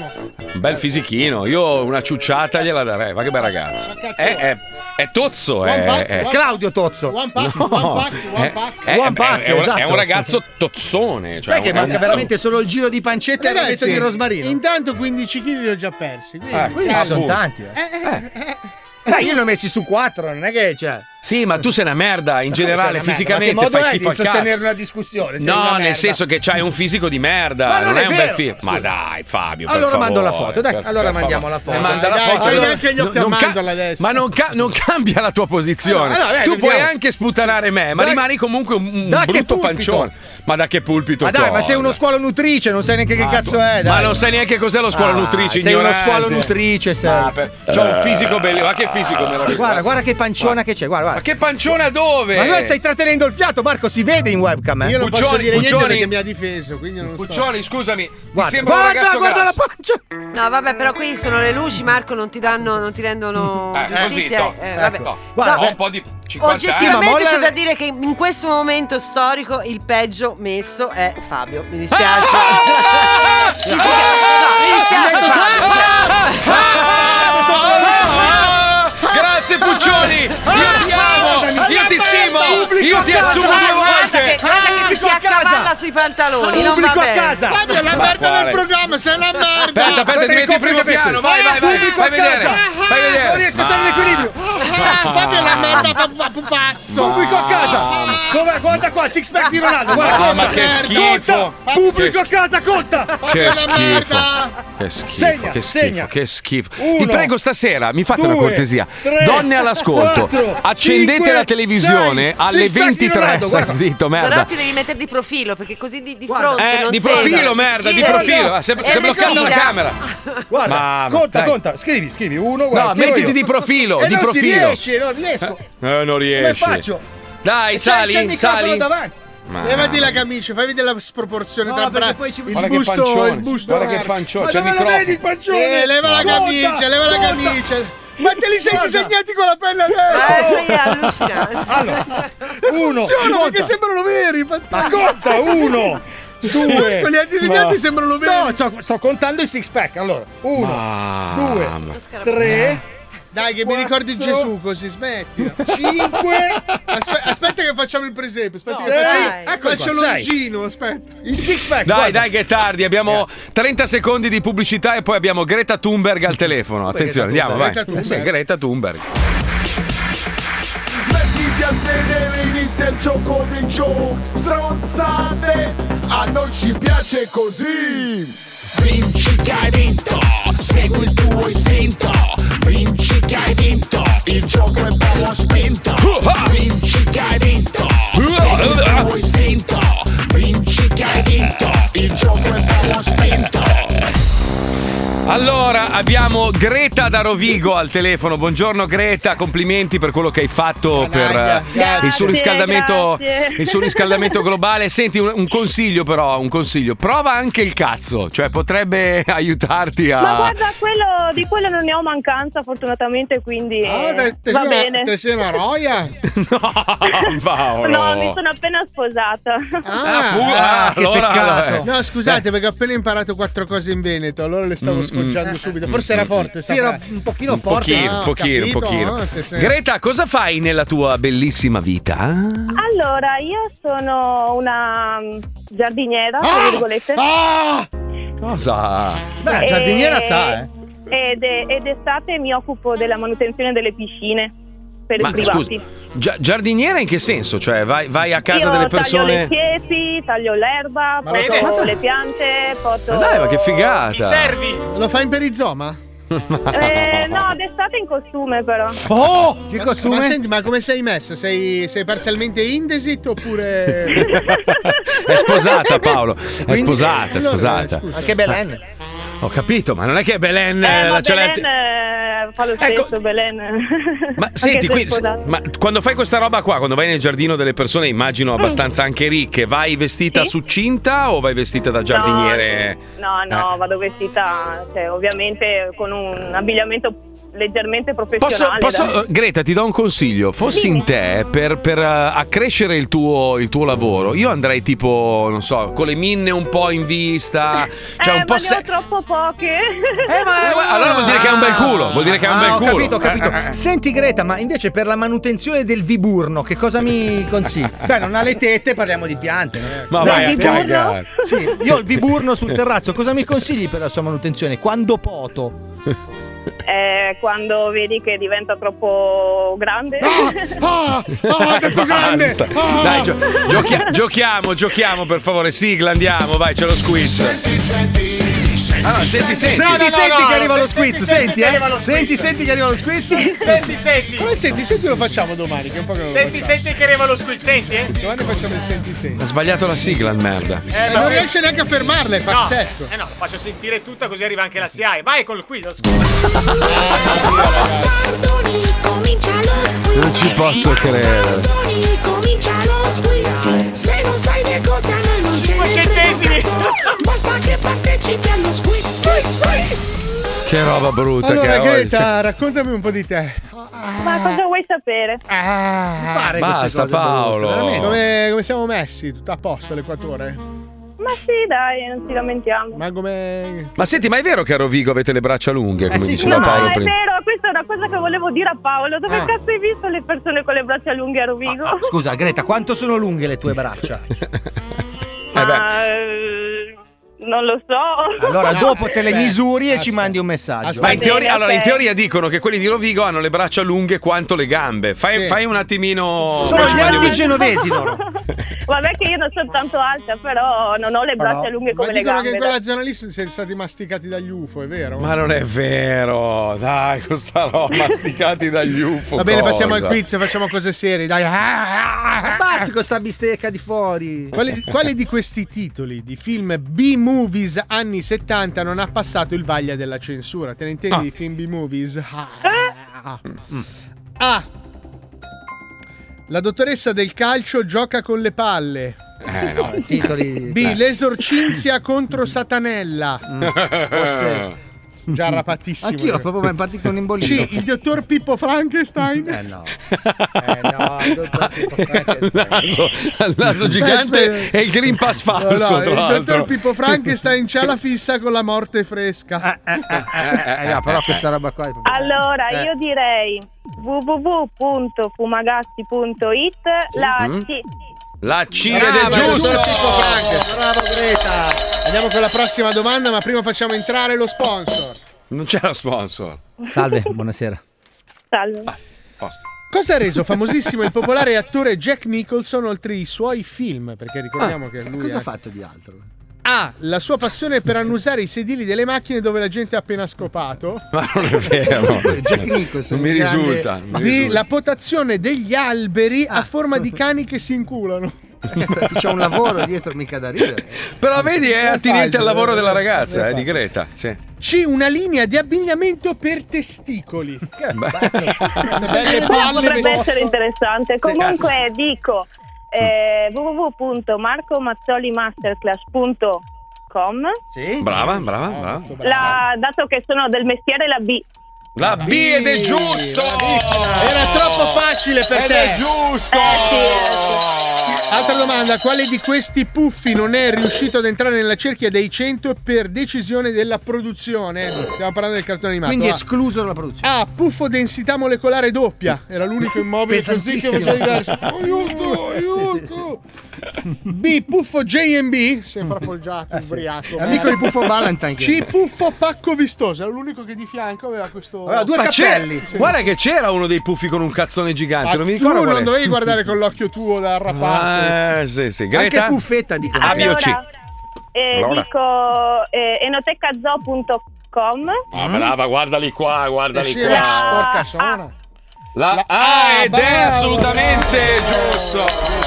Un bel fisichino, io una ciucciata gliela darei, ma che bel ragazzo. È, è- è tozzo, è, è- Claudio Tozzo. One pack, eh, No, Eh. è- è- One è- pack, è un- è esatto. un ragazzo tozzone. cioè Sai che un- manca un- veramente solo il giro di pancetta e la Ragazzi, vita di rosmarino. Intanto 15 kg li ho già Ah, persi. Quindi, Eh, quindi cavolo. sono tanti, eh. Eh, eh, eh, eh. Dai, io ne ho messi su quattro, non è che cioè. Sì, ma tu sei una merda in generale, Ma che fisicamente modo fai è di schifo al cazzo. sostenere una discussione? Sei una No, merda. nel senso che c'hai un fisico di merda, Ma non, non è, è un vero, bel film. Ma dai, Fabio. per Allora mando la favore, foto, dai, per- allora per mandiamo favore. la foto. Eh, manda Dai, la dai, foto. c'hai Allora- anche gli occhi a non ca- mandorla adesso. Ma non, ca- non cambia la tua posizione. Allora, allora, tu puoi andiamo. anche sputanare me, ma Da- rimani comunque un, un da che brutto pulpito? pancione. Ma da che pulpito Ma dai, ma cosa? sei uno squalo nutrice, non sai neanche che cazzo è, dai. Ma non sai neanche cos'è lo squalo Ah, nutrice. sei uno ignorante. squalo nutrice, sei. Ma per- C'ho un fisico bello. Ma che fisico meraviglioso. Guarda, guarda che panciona che c'è, guarda, Ma che panciona dove? Ma noi stai trattenendo il fiato, Marco, si vede in webcam, eh. Io non posso Puccioni, dire niente Puccioni. perché mi ha difeso, quindi non Puccioni, scusami, mi Guarda, sembra un guarda, ragazzo guarda grasso. No, vabbè, però qui sono le luci, Marco, non ti danno, non ti rendono Eh, così, giustizia. to. eh, vabbè. Ecco. Guarda, ho un po' di 50 anni. Oggettivamente c'è da dire che in questo momento storico il peggio messo è Fabio. Mi Ah! dispiace. Mi dispiace, no, mi ah, dispiace, Fabio. ah, Grazie Puccioni, io ti Ah, amo, io ti stimo, io ti assumo Guarda, due guarda volte. che, guarda Ah, che ecco ti si accavalla sui pantaloni. Non va bene. Fabio, la Ma merda quale? del programma, sei la merda! Aspetta, aspetta, ti metti in primo piano, vai, vai, vai, Pubblico fai a casa. vedere, fai vedere. Eh, Non riesco a stare in equilibrio! Ma- Fabio è la merda pa- pa- pa- pazzo! Pubblico a casa. Dov'è? Guarda qua, six pack di Ronaldo, guarda, Ah, Ma- guarda. ma che schifo. Conta. Pubblico Che a casa, conta! Che schifo. Che schifo, Segna, che schifo, segna. che schifo. Ti Uno, prego stasera, mi fate una due, cortesia. tre, Donne all'ascolto, quattro, accendete cinque, la televisione sei, alle sei stati 23. Ronaldo, Stai guarda. zitto, merda. Però ti devi mettere di profilo perché così di, di fronte Eh, non di sei. profilo, merda, di Gira, profilo. gira. Ah, Si è, E si è bloccata la respira. camera. Guarda, Ma- conta, dai. conta, scrivi, scrivi, uno, guarda, No, scrivo mettiti io. di profilo, E di non si profilo. riesce, non riesco. Eh, non Come riesci. faccio? Dai, C'è- Eh, sali, c'è il microfono sali. davanti. Ma- Levati la camicia, fai vedere la sproporzione No, tra perché bra- poi ci- il Guarda che busto, pancione, il busto. guarda che largo. pancione, Ma c'è il dove lo microfono. Eh, vedi il pancione? Sì, leva la Conta, camicia, leva la conta. camicia. Ma te li sei disegnati con la penna adesso? allora, uno, funziona perché sembrano veri, Ma conta, uno, due. Quelli disegnati ma- sembrano veri. No, sto, contando il six pack. Allora, uno, due, tre. Dai, che mi ricordi Gesù, così smetti. Cinque. Aspe- aspetta, che facciamo il presepe. Aspetta, che Sei. facciamo, Eccolo faccio qua, sei. l'origino. Aspetta, il six pack. Dai, guarda. dai, che è tardi. Abbiamo 30 secondi di pubblicità e poi abbiamo Greta Thunberg al telefono. Attenzione, Greta andiamo, vai. Thunberg, Eh Greta sì, Greta Thunberg. Mettiti a sedere, inizia il gioco dei giochi Strozzate, a noi ci piace così Vinci che hai vinto, segui il tuo istinto Vinci che hai vinto, il gioco è bello spinto Vinci che hai vinto, segui il tuo istinto Vinci che hai vinto, il gioco è bello spinto Allora, abbiamo Greta da Rovigo al telefono. Buongiorno Greta, complimenti per quello che hai fatto per eh, Ah, grazie. il surriscaldamento Grazie. il surriscaldamento globale. Senti, un, un consiglio però, un consiglio. Prova anche il cazzo, cioè potrebbe aiutarti a Ma guarda, quello, di quello non ne ho mancanza, fortunatamente, quindi eh, Ah, te- te va sei una- bene. te sei una roia? Ah, Paolo. No, mi sono appena sposata. Ah, pu- ah, allora, vabbè. No, scusate, perché ho appena imparato quattro cose in Veneto, allora le stavo Mm, sfoggiando mm. subito. Mm, Forse mm, era mm. forte, sta Sì, era frase. un pochino Un Pochino, Ah, ho pochino, capito, pochino. ah, che sei- Greta, cosa fai nella tua bellissima vita? Allora, io sono una mm, giardiniera, Ah! tra virgolette. Cosa? E- Ed, è- ed estate mi occupo della manutenzione delle piscine per i Ma privati. scusa, gia- giardiniera in che senso? Cioè, vai, vai a casa Io delle persone. Taglio le siepi, taglio l'erba, lo so, porto ma- le piante, porto. Ma dai, ma che figata! Lo fai in perizoma? Eh, no, d'estate in costume, però. Oh! Che costume? Ma senti, ma come sei messa? Sei, sei parzialmente indesit oppure. È sposata, Paolo. È Quindi- sposata, è allora, sposata. scusa. Ma che Belen? Ho capito, ma non è che Belen eh, Eh, ma la ce l'ha Belen il te- Ecco. eh, fa lo stesso, Belen. Ma senti, qui, qui ma quando fai questa roba qua, quando vai nel giardino delle persone, Mm. immagino abbastanza anche ricche, vai vestita succinta o vai vestita da giardiniere? Eh. No, no, vado vestita, cioè, ovviamente con un abbigliamento leggermente Posso, professionale. posso- dai. eh, Greta, ti do un consiglio. Fossi in te per, per, eh, accrescere il tuo, il tuo lavoro, io andrei tipo, non so, con le minne un po' in vista, cioè eh, un po' ma se- Eh, ne ho troppo poche. Allora vuol dire che è un bel culo, vuol dire che è un Ah, bel ho culo. capito, ho capito. Eh, eh, eh. Senti Greta, ma invece per la manutenzione del viburno, che cosa mi consigli? Beh, non ha le tette, parliamo di piante. Ma vai a cagare. Sì, io ho il viburno sul terrazzo, cosa mi consigli per la sua manutenzione? Quando poto? Eh, quando vedi che diventa troppo grande. Ah, ah, ha detto grande! Oh. Basta. Dai, gio- giochia- giochiamo, giochiamo per favore. Sigla, andiamo, vai, c'è lo squiz. Ah, no, senti, senti. Senti, No, no, no, senti no, che arriva lo senti, squiz, senti senti, che arriva eh. lo Senti, senti che arriva lo squiz. Senti, senti. Come senti, senti lo facciamo domani, che è un po' che non lo Senti, facciamo. senti che arriva lo squid, senti, eh? Domani facciamo il senti, senti. Ha sbagliato la sigla, il merda. Eh, non riesce neanche a fermarla, è No, pazzesco. Eh no, lo faccio sentire tutta così arriva anche la SIAE. Vai col qui, lo Non ci posso credere. Comincia lo squiz. Se non sai di cosa noi non ce ne frega un cazzo. Basta che partecipi allo squiz, squiz, squiz. Che roba brutta Allora, che ho. Greta, raccontami un po' di te. ah. Ma cosa vuoi sapere? Fare Basta, queste cose Paolo. brutte, veramente. Come, come siamo messi? Tutto a posto alle 4 ore? Ma sì, dai, non ci lamentiamo. Ma come. Ma senti, ma è vero che a Rovigo avete le braccia Eh, lunghe, Eh come diceva no, Paolo è prima? vero, questa è una cosa che volevo dire a Paolo. Dove Ah. cazzo hai visto le persone con le braccia lunghe a Rovigo? Scusa, Greta, quanto sono lunghe le tue braccia? Ma, eh, non lo so. Allora, No, dopo te le aspetta, misuri e ci aspetta. mandi un Eh, messaggio. Ma in teoria, Ok. allora, in teoria dicono che quelli di Rovigo hanno le braccia lunghe quanto le gambe. Fai, Sì. fai un attimino. Sono fai gli un attimo- antigenovesi loro. Vabbè che io non sono tanto alta, però non ho le Però- braccia lunghe come Ma le dicono gambe. che in quella dai. zona lì siete stati masticati dagli UFO, è vero? Ma non è vero, dai, questa roba, masticati dagli UFO. Va bene, cosa? passiamo al quiz, facciamo cose serie, dai. Basta con sta bistecca di fuori. Quale, quale di questi titoli di film B-movies anni 70 non ha passato il vaglia della censura? Te ne intendi Ah. di film Mm, B-movies? Ah. A. La dottoressa del calcio gioca con le palle. Eh, no, i titoli- B. L'esorcinzia contro Satanella. Mm. Mm. Forse già rapatissimo. Anch'io proprio mi è partito un imbollino. C. Il dottor Pippo Frankenstein. Eh no. Eh, Al naso, al naso gigante e il Green Pass falso. No, no, tra il dottor l'altro. Pippo Frankenstein c'ha la fissa con la morte fresca. Eh, no, però questa roba qua è proprio- Allora, Eh. io direi www.fumagazzi.it la Mm. C- La Cire del Brava, giusto. dottor Pippo Frankenstein. Bravo Greta. Andiamo con la prossima domanda, ma prima facciamo entrare lo sponsor. Non c'è lo sponsor. Salve, buonasera. Salve. Posto. Cosa ha reso famosissimo il popolare attore Jack Nicholson oltre i suoi film? Perché ricordiamo che lui Ah, Cosa ha ha fatto di altro? A. La sua passione per annusare i sedili delle macchine dove la gente ha appena scopato. Ma non è vero. Jack Nicholson, Non mi un grande- risulta. non mi B. risulta. La potazione degli alberi a forma di cani che si inculano. Ah. C'è un lavoro dietro mica da ridere. Però vedi, è attinente al lavoro della ragazza, Come eh, fai? di Greta. Sì. C. Una linea di abbigliamento per testicoli. Quella belle palle potrebbe vestite- essere ah, interessante. Comunque dico Mm. eh, www.marcomazzolimasterclass.com Sì. Brava, brava, Ah, brava. La- dato che sono del mestiere la B. La B ed è giusto. Era troppo facile per Ed te. è giusto. eh. Altra domanda, quale di questi puffi non è riuscito ad entrare nella cerchia dei 100 per decisione della produzione? Stiamo parlando del cartone animato. Quindi A. escluso dalla produzione. Ah, puffo densità molecolare doppia. Era l'unico immobile così che Pesantissimo. faceva diverso. Aiuto, aiuto. B, puffo JB. Sembra appoggiato, Ah, ubriaco. Amico di Puffo Valentine. C, puffo pacco vistoso. Era l'unico che di fianco aveva questo. Aveva due Ma c'è- cappelli. Sì. Ah, Guarda che c'era uno dei puffi con un cazzone gigante, non mi tu ricordo. non qual è. dovevi guardare con l'occhio tuo da arrapato. Ah, sì, sì. Greta. Anche Puffetta di A, B o C. Allora, eh, Allora. dico eh, enoteccazoo.com Ah, brava, guardali qua, guardali Sì, ma Porca sona. La, La- ah, ah, ed è bravo. assolutamente giusto.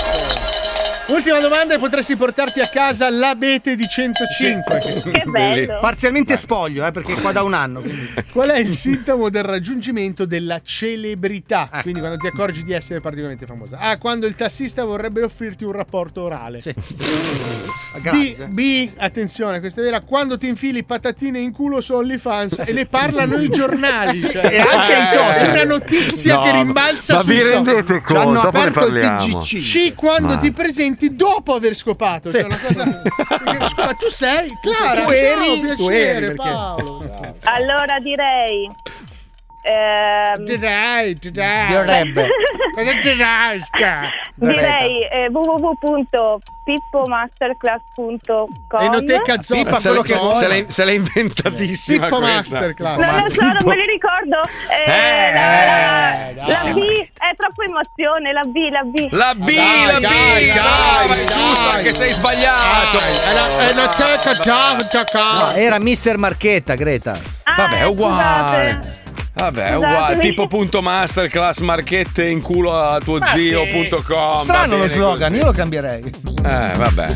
Ultima domanda e potresti portarti a casa l'abete di 105. Che bello. Parzialmente spoglio, eh, perché è qua da un anno. quindi. Qual è il sintomo del raggiungimento della celebrità? Ecco. Quindi quando ti accorgi di essere particolarmente famosa. A. Quando il tassista vorrebbe offrirti un rapporto orale. B, Grazie. B, attenzione, questa è vera. Quando ti infili patatine in culo su OnlyFans Eh e ne parlano i giornali. cioè, e anche i social. C'è una notizia Eh, No, che ma- rimbalza ma sui vi social. rendete Ci hanno conto? Dopo ne aperto il parliamo. TGC. C, quando Ma- ti presenti dopo aver scopato. Cioè, una cosa- perché, scusa, tu sei Clara. Tu eri- ciao, piacere, tu eri, perché- Paolo. ciao. Allora direi ehm, Dirai, dirai. Direbbe. Cosa dirai? sta? Direi eh, www.pippomasterclass.com E non te cazzo Pippa, fa Eh, se quello l'è- che vuole. se l'è, se l'è inventatissima Pippo questa. Masterclass. Non lo so, non me lo ricordo. Eh, Eh, la, eh, la B è troppa emozione, la B, la B. La B, la B, dai, no, ma è giusto che sei sbagliato. È una teca già No, era Mister Marchetta, Greta. Vabbè, è uguale. Vabbè, è uguale. Scusatemi. Tipo.masterclass marchette in culo a tuo Ma zio.com. va Strano lo bene slogan, così. io lo cambierei. Eh, vabbè.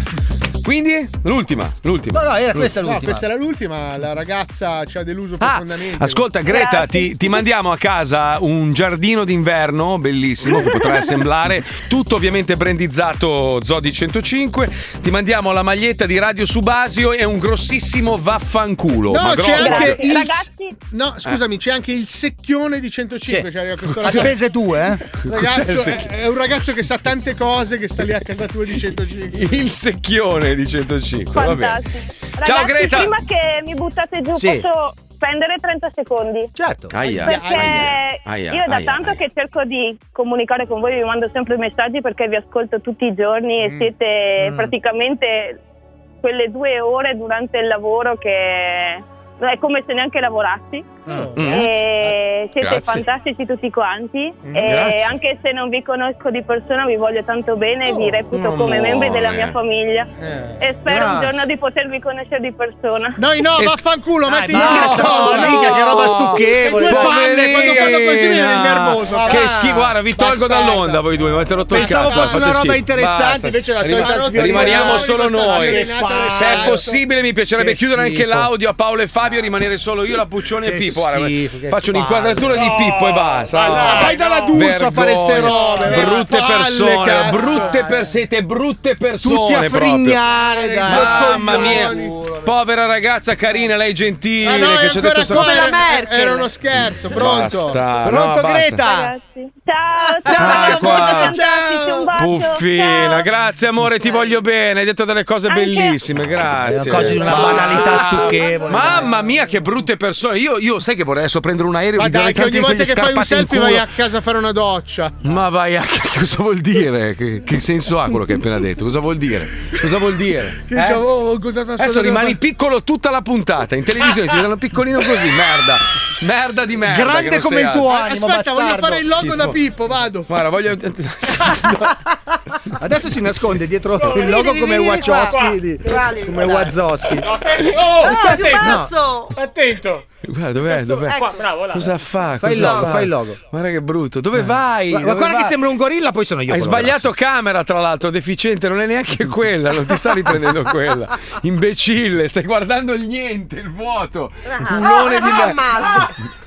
Quindi, l'ultima, l'ultima. Ah. No, questa era l'ultima. La ragazza ci ha deluso profondamente. Ascolta Greta, ti, ti mandiamo a casa un giardino d'inverno bellissimo che potrai assemblare, tutto ovviamente brandizzato Zodi 105, ti mandiamo la maglietta di Radio Subasio e un grossissimo vaffanculo. No, ma Eh. c'è grosso. anche il. Ragazzi- No, scusami, c'è anche il secchione di 105. Cioè, arriva Ah, questo A ragazzo- spese tue, eh? Cos'è Ragazzo, il è, secchione? è un ragazzo che sa tante cose che sta lì a casa tua di 105. Il secchione di 105. Va bene. Fantastico. Ciao, Ragazzi, Greta. prima che mi buttate giù Sì. posso spendere 30 secondi. Certo. Aia, perché aia, aia, io da aia, tanto che cerco di comunicare con voi, vi mando sempre messaggi perché vi ascolto tutti i giorni Mm. e siete praticamente quelle due ore durante il lavoro che è come se neanche lavorassi. Mm. Mm. Eh, E Eh, siete Grazie. fantastici tutti quanti Mm, e grazie. anche se non vi conosco di persona vi voglio tanto bene e Oh. vi reputo come amore. membri della mia famiglia e spero un Grazie. giorno di potervi conoscere di persona. Noi Eh. no, E- vaffanculo, metti Dai, io. basta, no, mica, che roba stucchevole. Che due palle, quando fanno così mi viene Poverina. nervoso. Che cara. schifo, guarda, vi tolgo Bastarda. dall'onda voi due, mi avete rotto Pensavo il cazzo. fosse fate una roba schifo. interessante, Basta. invece la solita Rim- signorina- Rimaniamo Rimane solo questa noi. signorina- Se è Esatto. possibile mi piacerebbe Che chiudere anche schifo. l'audio a Paolo e Fabio e rimanere solo io, la Puccione e Che Pippo. Guarda, schifo, che faccio palle. un'inquadratura di No. Pippo e basta. Ah, Ma dai, Vai dalla D'Urso a fare ste robe, Vergogna. dai, Brutte palle, persone, cazzo. brutte per siete brutte persone. Tutti a proprio. frignare, dai. Mamma mia. Povera ragazza carina, lei gentile Ah, no, è che ci ha ancora detto Eh, sta- come la Merkel. Era uno scherzo, pronto. Basta, Pronto, no, basta. Greta? Ragazzi, Ciao, ciao, Dai, ciao, qua. fantastici, un bacio. Puffina, grazie amore, ti voglio bene. Hai detto delle cose bellissime, grazie. Eh, Ah, Cose di una banalità stucchevole. Mamma mia, che brutte persone. Io, io sai che vorrei adesso prendere un aereo Ma e dai, che ogni volta che fai un selfie vai a a casa a fare una doccia. Ma vai a che cosa vuol dire? Che, che senso ha quello che hai appena detto? Cosa vuol dire? Cosa vuol dire? Che Eh? già "Oh, ho guardato la Adesso sua- rimani piccolo tutta la puntata. In televisione ti danno piccolino così, merda. Merda di merda. che non sei altro. Eh, Aspetta, voglio fare il logo Schifo. da Pippo, vado. Guarda, voglio. Adesso si nasconde dietro No, il logo vieni, come vieni qua. Wachowski. lì. Qua, lì, Come dai. Wazowski. Eh, No, stai Oh, Ah, No, attento. più attento. Attento. Guarda, dov'è? dov'è? ecco. Qua, bravo, là. Cosa fa? Fai il Cosa logo, fa? fai il logo. Eh. Guarda che brutto. Dove vai? Ma Dove guarda vai? che sembra un gorilla, poi sono io. Hai quello sbagliato camera, tra l'altro, deficiente, non è neanche quella, non ti sta riprendendo quella. Imbecille, stai guardando il niente, il vuoto. Cullone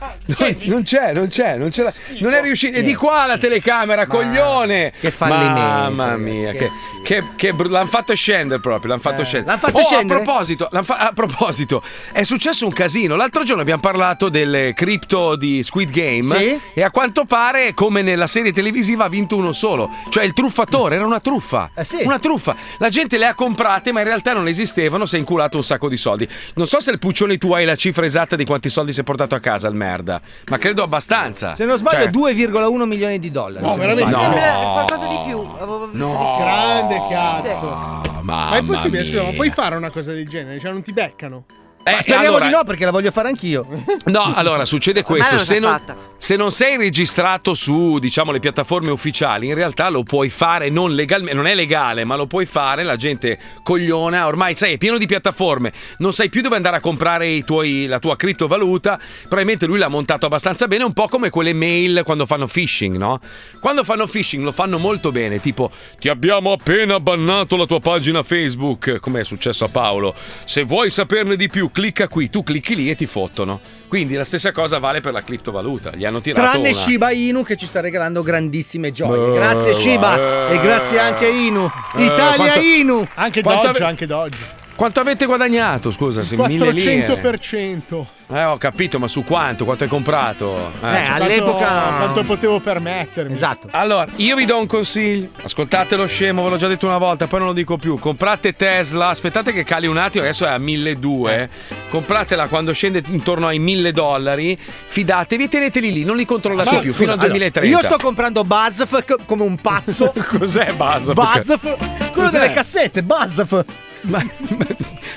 Ah, di me. Non, non c'è, non c'è, non ce l'ha. Non è riuscito. E di qua la telecamera, coglione! Che fallimento, Mamma mia, che, che, che bru- l'hanno fatto scendere proprio. L'hanno fatto scendere. Eh. l'han fatto Oh, scendere? A proposito, l'han fa- a proposito, è successo un casino. L'altro giorno abbiamo parlato del cripto di Squid Game. Sì. E a quanto pare, come nella serie televisiva, ha vinto uno solo. Cioè il truffatore, era una truffa. Eh, sì. Una truffa. La gente le ha comprate, ma in realtà non esistevano. Si è inculato un sacco di soldi. Non so se il Puccioni tu hai la cifra esatta di quanti soldi si è portato a casa il merda, ma credo abbastanza. Se non sbaglio, Cioè- 2,1 milioni di dollari. No, se non veramente? sbaglio. No. Qualcosa di più. Avevo visto di più. Oh, Grande cazzo. Mamma Ma è possibile, mia. scusa, ma puoi fare una cosa del genere? Cioè, non ti beccano. Eh, Ma speriamo allora- di no, perché la voglio fare anch'io. No, allora succede questo: non se l'ho non, fatta. se non sei registrato su diciamo le piattaforme ufficiali, in realtà lo puoi fare non legalmente, non è legale, ma lo puoi fare. La gente cogliona, ormai sai, è pieno di piattaforme, non sai più dove andare a comprare i tuoi- la tua criptovaluta. Probabilmente lui l'ha montato abbastanza bene, un po' come quelle mail quando fanno phishing, no? Quando fanno phishing lo fanno molto bene, tipo ti abbiamo appena bannato la tua pagina Facebook, come è successo a Paolo. Se vuoi saperne di più, clicca qui, tu clicchi lì e ti fottono. Quindi la stessa cosa vale per la criptovaluta, gli hanno tirato Tranne una. Shiba Inu che ci sta regalando grandissime gioie. Beh, grazie Shiba eh, e grazie anche Inu. eh, Italia quanto- Inu. Anche Quanto Doge, ave- anche Doge. Quanto avete guadagnato? Scusa, se mille lire. 400%. Eh, ho capito, ma su quanto? Quanto hai comprato? Eh, Cioè, quanto- Quanto potevo permettermi. Esatto. Allora, io vi do un consiglio. Ascoltate lo scemo, ve l'ho già detto una volta, poi non lo dico più. Comprate Tesla, aspettate che cali un attimo, adesso è a 1200. Eh. Compratela quando scende intorno ai 1000 dollari. Fidatevi e teneteli lì, non li controllate Sì, più scusa, fino al allora, 2030. io sto comprando Buzzf co- come un pazzo. Cos'è Buzzf? Buzzf, quello delle cassette, Buzzf.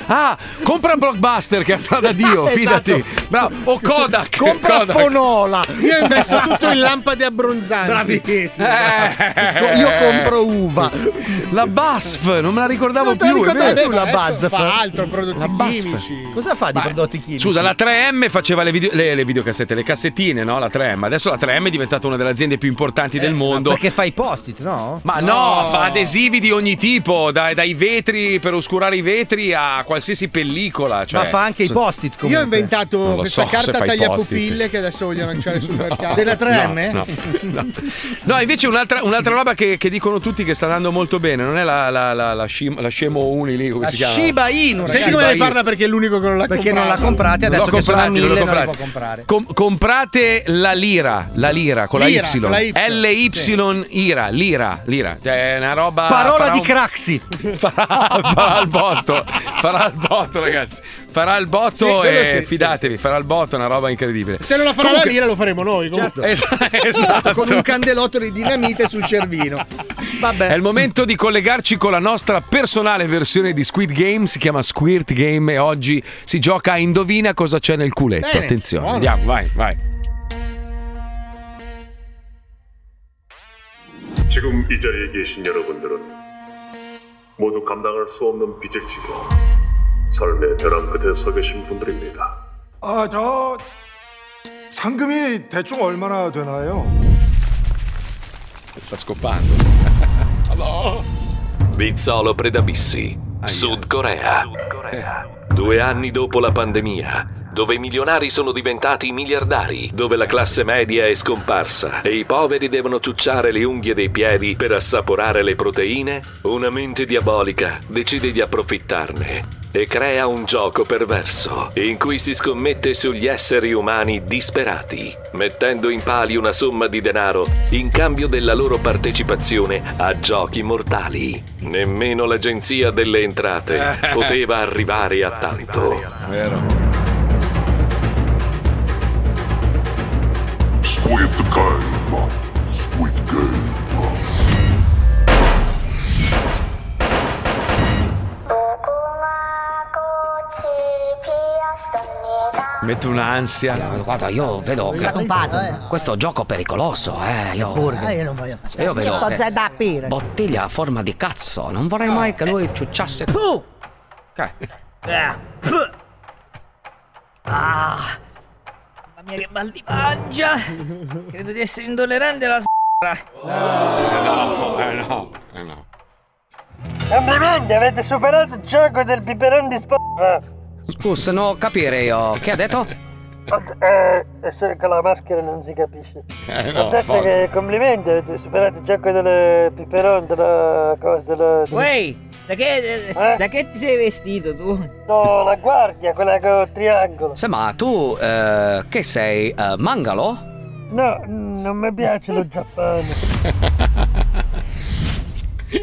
Ah, compra Blockbuster che andrà da Dio, Esatto. fidati. Bravo. O Kodak. Compra Kodak. Fonola. Io ho investo tutto in lampade abbronzanti. Bravissimo. Eh. Io compro uva. La Basf, non me la ricordavo non te la più, è ricordavi vero. più la Adesso Buzzf. fa altro, prodotti chimici. Cosa fa di prodotti chimici? Scusa, la 3M faceva le, video- le- le videocassette, le cassettine, no? La 3M. Adesso la 3M è diventata una delle aziende più importanti del mondo. Eh, Perché fa i post-it, no? Ma no, fa adesivi di ogni tipo, dai, dai vetri per oscurare i vetri a qualsiasi pellicola. cioè- Ma fa anche i post-it comunque. Io ho inventato Non lo questa so se carta fai tagliapupille che adesso voglio lanciare sul mercato. Della 3M? No, no, no. No, invece un'altra, un'altra roba che, che dicono tutti che sta andando molto bene, non è la, la, la, la scim- la Scemo Uni lì, come La si chiama? Shiba Inu, Senti ragazzi. come ne Shiba Inu. parla perché è l'unico che non l'ha Perché non la comprata. comprate Non adesso l'ho che sono a comprati, 1000 non, l'ho le può comprati. comprare. Com- comprate la lira, la lira con Lira, la Y. con la Y, LY, ira, lira, lira. Cioè, è una roba. Parola farà di un- Craxi. Farà, farà il botto, farà il botto, ragazzi. Farà il Sì, botto quello e sì, sì, fidatevi, farà il botto, è una roba incredibile. Se non la farà la lira lo faremo noi. comunque. Es- Certo. esatto. Con un candelotto di dinamite sul cervino. Vabbè. È il momento di collegarci con la nostra personale versione di Squid Game, si chiama Squirt Game e oggi si gioca a indovina cosa c'è nel culetto. Bene, Attenzione, buono. andiamo, vai, vai. 지금 이 자리에 계신 여러분들은 모두 감당할 수 없는 빚을 지고 삶의 벼랑 끝에 서 계신 분들입니다. 아, 저 상금이 대충 얼마나 되나요? Sta scopando. Bizzolo Predabissi, Sud Corea. Due anni dopo la pandemia, dove i milionari sono diventati miliardari, dove la classe media è scomparsa e i poveri devono ciucciare le unghie dei piedi per assaporare le proteine, una mente diabolica decide di approfittarne e crea un gioco perverso in cui si scommette sugli esseri umani disperati, mettendo in pali una somma di denaro in cambio della loro partecipazione a giochi mortali. Nemmeno l'Agenzia delle Entrate poteva arrivare a tanto. Squid Game, Squid Game. Metto un'ansia. Guarda, io vedo che Guarda Eh, un puzzle. questo gioco pericoloso, eh. Io, Ah, io non voglio. io vedo. eh. Io che- c'è da aprire. Bottiglia a forma di cazzo. Non vorrei mai che lui ciucciasse. Eh, Ah, pff. Ah, mamma mia che mal di pancia! Credo di essere intollerante alla s***a. no, eh no, eh no. Complimenti, avete superato il gioco del biberon di s***a. Scusa, non ho capire io. Che ha detto? Eh, se con la maschera non si capisce. Eh, Ho detto che complimenti, avete superato il gioco del biberon, della cosa, della... Eh? Uè, da che, da che ti sei vestito tu? No, la guardia, quella con il triangolo. Se ma tu eh, che sei eh, mangalo? No, non mi piace lo Giappone.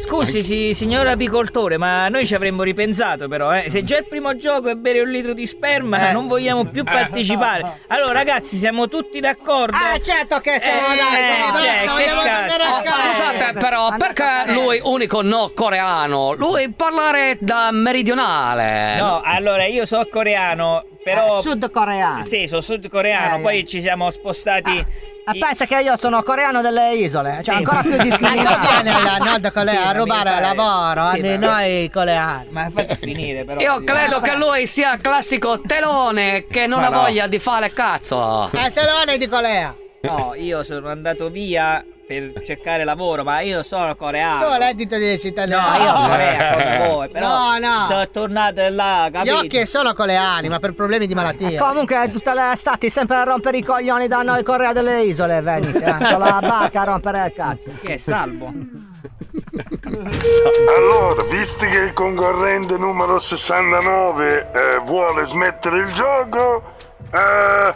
Scusi, si- signor apicoltore, ma noi ci avremmo ripensato però, eh. Se già il primo gioco è bere un litro di sperma, Eh. non vogliamo più partecipare. Allora, ragazzi, siamo tutti d'accordo? Ah, certo che sono, Eh, dai, sono, cioè, basta, che vogliamo cazzo. tornare a casa. Eh, Scusate però, perché lui unico no coreano? Lui parlare da meridionale. No, allora io so coreano, però. Eh, sudcoreano. Sì, sono sudcoreano, Eh, poi ci siamo Ah. spostati. Ma pensa che io sono coreano delle isole, cioè Sì. ancora più discriminato. Ma dove viene la Nord Corea Sì, a ma rubare mica fare- lavoro sì, a ma- noi Ma fatti finire, però. Io credo che lui sia il classico telone che non Ma ha no. voglia di fare cazzo. il Eh, telone di Corea. No, io sono andato via per cercare lavoro, ma io sono coreano. Tu reddito di cittadinanza. No, io Corea come voi, però No, no. sono tornato là, Gli capito? Eh, occhi sono con le anima per problemi di malattia. Eh, comunque tutte le estati sempre a rompere i coglioni da noi Corea delle Isole, venite, eh, con la barca a rompere il cazzo. Che è salvo? Allora, visto che il concorrente numero 69 eh, vuole smettere il gioco, eh,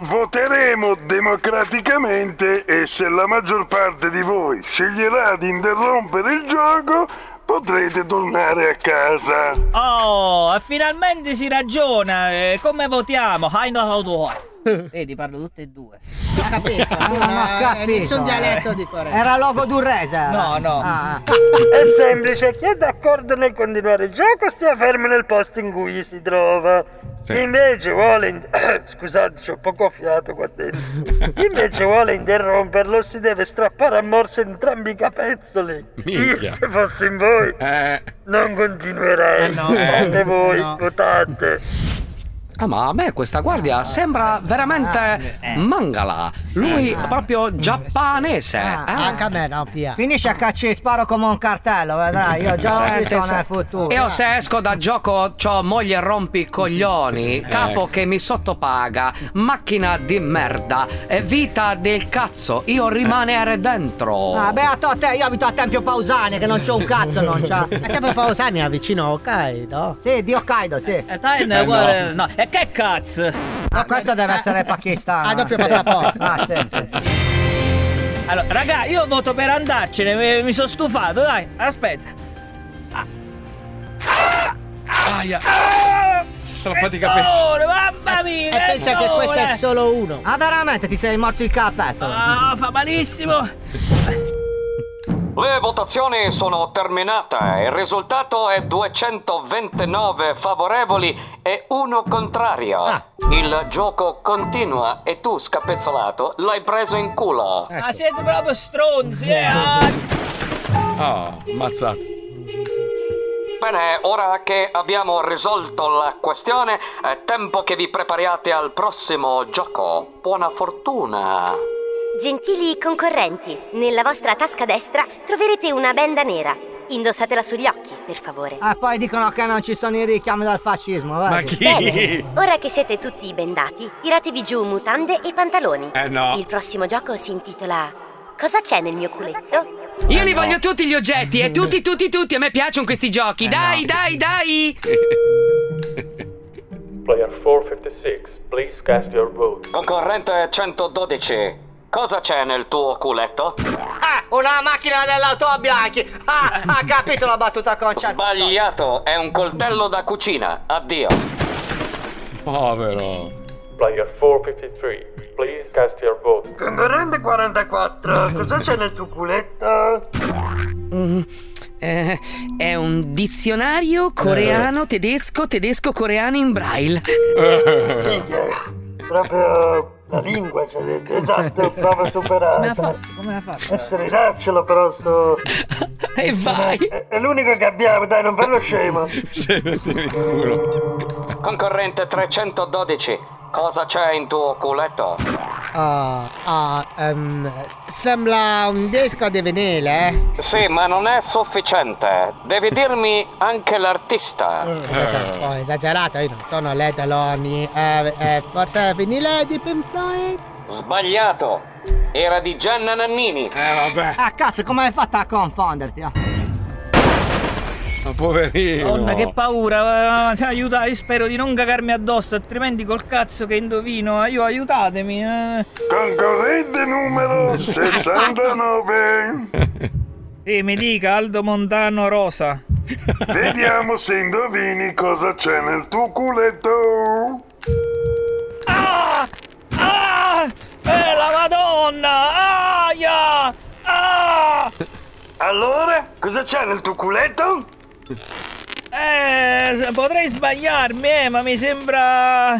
voteremo democraticamente e se la maggior parte di voi sceglierà di interrompere il gioco, potrete tornare a casa. Oh, e finalmente si ragiona. eh, come votiamo? Hai no Vedi, parlo tutte e due. Ha capito? Ah, eh, capito. eh. nessun dialetto di Corea. Era Ah, logo d'urresa. No, no. È semplice, chi è d'accordo nel continuare il gioco stia fermo nel posto in cui si trova. Sì. Chi invece vuole. in- Scusate, c'ho poco fiato qua dentro. Chi invece vuole interromperlo si deve strappare a morso entrambi i capezzoli. Minchia. Eh. Io, se fossi in voi, non continuerei. Eh, no. Votate Eh. voi, No. votate. Ah, ma a me questa guardia sembra Ah, veramente eh. mangala. Lui è proprio giapponese. Ah. eh. anche a me, no, via. Finisci ah. a caccia e sparo come un cartello, vedrai. Io già ho Senti, visto se- nel futuro. Io se esco da gioco c'ho moglie rompicoglioni, capo che mi sottopaga, macchina di merda, eh, vita del cazzo, io rimanere dentro. Ah, beh, a te, io abito a Tempio Pausania, che non c'ho un cazzo, non c'ha. A Capo Pausania vicino a Hokkaido? Sì, di Hokkaido, sì. E dai, no, Eh, guarda, no. E che cazzo? Ma questo deve essere pakistano. ah, doppio passaporto. Ah, sì, sì. Allora, raga, io voto per andarcene, mi, mi sono stufato, dai, aspetta. Ah. Aia. Si è strappato i capelli. mamma mia! E Eh, pensa che questo è solo uno. Ah, veramente ti sei morso il cappezzo? Ah, fa malissimo! Le votazioni sono terminate. Il risultato è 229 favorevoli e uno contrario. Ah. Il gioco continua e tu, scapezzolato, l'hai preso in culo. Ma siete proprio stronzi, eh! ah! Ah, Oh, ammazzato. Bene, ora che abbiamo risolto la questione, è tempo che vi prepariate al prossimo gioco. Buona fortuna! Gentili concorrenti, nella vostra tasca destra troverete una benda nera. Indossatela sugli occhi, per favore. Ah, poi dicono che non ci sono i richiami dal fascismo, vedi? Ma chi? Bene, ora che siete tutti bendati, tiratevi giù mutande e pantaloni. Eh, no. Il prossimo gioco si intitola Cosa c'è nel mio culetto? Io li voglio tutti gli oggetti, e tutti, tutti, tutti, a me piacciono questi giochi. Eh, dai, dai, dai! Player 456, please cast your vote. Concorrente 112, cosa c'è nel tuo culetto? Eh, Ah, una macchina dell'auto bianchi! Ah, ha capito la battuta concia! Sbagliato, è un coltello da cucina. Addio. Povero. Player 453, please cast your vote. Concorrente 44, cosa c'è nel tuo culetto? Mm-hmm. Eh, è un dizionario coreano, tedesco, tedesco, coreano in braille. Proprio la lingua c'è dentro. Esatto, prova superata. Come ha fatto? Come ha fatto? Essere darcelo però sto. E vai! È, è l'unico che abbiamo, dai, non farlo scemo. Concorrente 312, cosa c'è in tuo culetto? Ah, ah, ehm, sembra un disco di vinile, eh. Sì, ma non è sufficiente. Devi dirmi anche l'artista. Ho Esatto, Esatto. Oh, esagerato, io non sono le teloni. Eh, eh, forse vinile di Pink Floyd? Sbagliato. Era di Gianna Nannini. Eh, vabbè. Ah, cazzo, come hai fatto a confonderti? ah? Poverino. Ah. Donna, che paura! eh, Aiutai, spero di non cagarmi addosso, altrimenti col cazzo che indovino, eh, io aiutatemi! eh. Concorrente numero 69. Sì, mi dica Aldo Montano Rosa. Vediamo se indovini cosa c'è nel tuo culetto. Ah! Eh, la Madonna! Aia! Ah! Allora, cosa c'è nel tuo culetto? Eh, s- potrei sbagliarmi, eh, ma mi sembra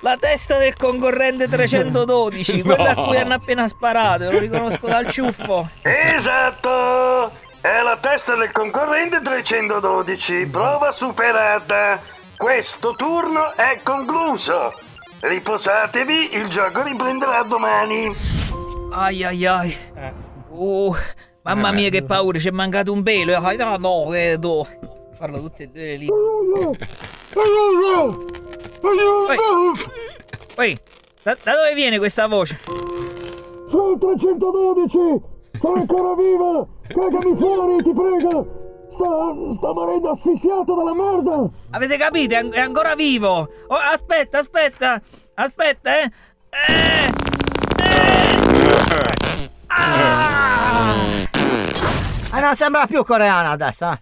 la testa del concorrente 312, quella a cui hanno appena sparato, lo riconosco dal ciuffo. Esatto! È la testa del concorrente 312, prova superata. Questo turno è concluso. Riposatevi, il gioco riprenderà domani. Ai ai ai. Uh, mamma mia che paura, c'è mancato un pelo. Ah, No, no, che do. Parlo tutte e due le lingue. Poi, da, da dove viene questa voce? Sono 312! Sono ancora viva! Cagami fuori, ti prego! Sta, sta morendo asfissiato dalla merda! Avete capito? È an- è ancora vivo! Oh, aspetta, aspetta! Aspetta, eh! Eh! Eh! Ah no, sembra più coreana adesso. eh.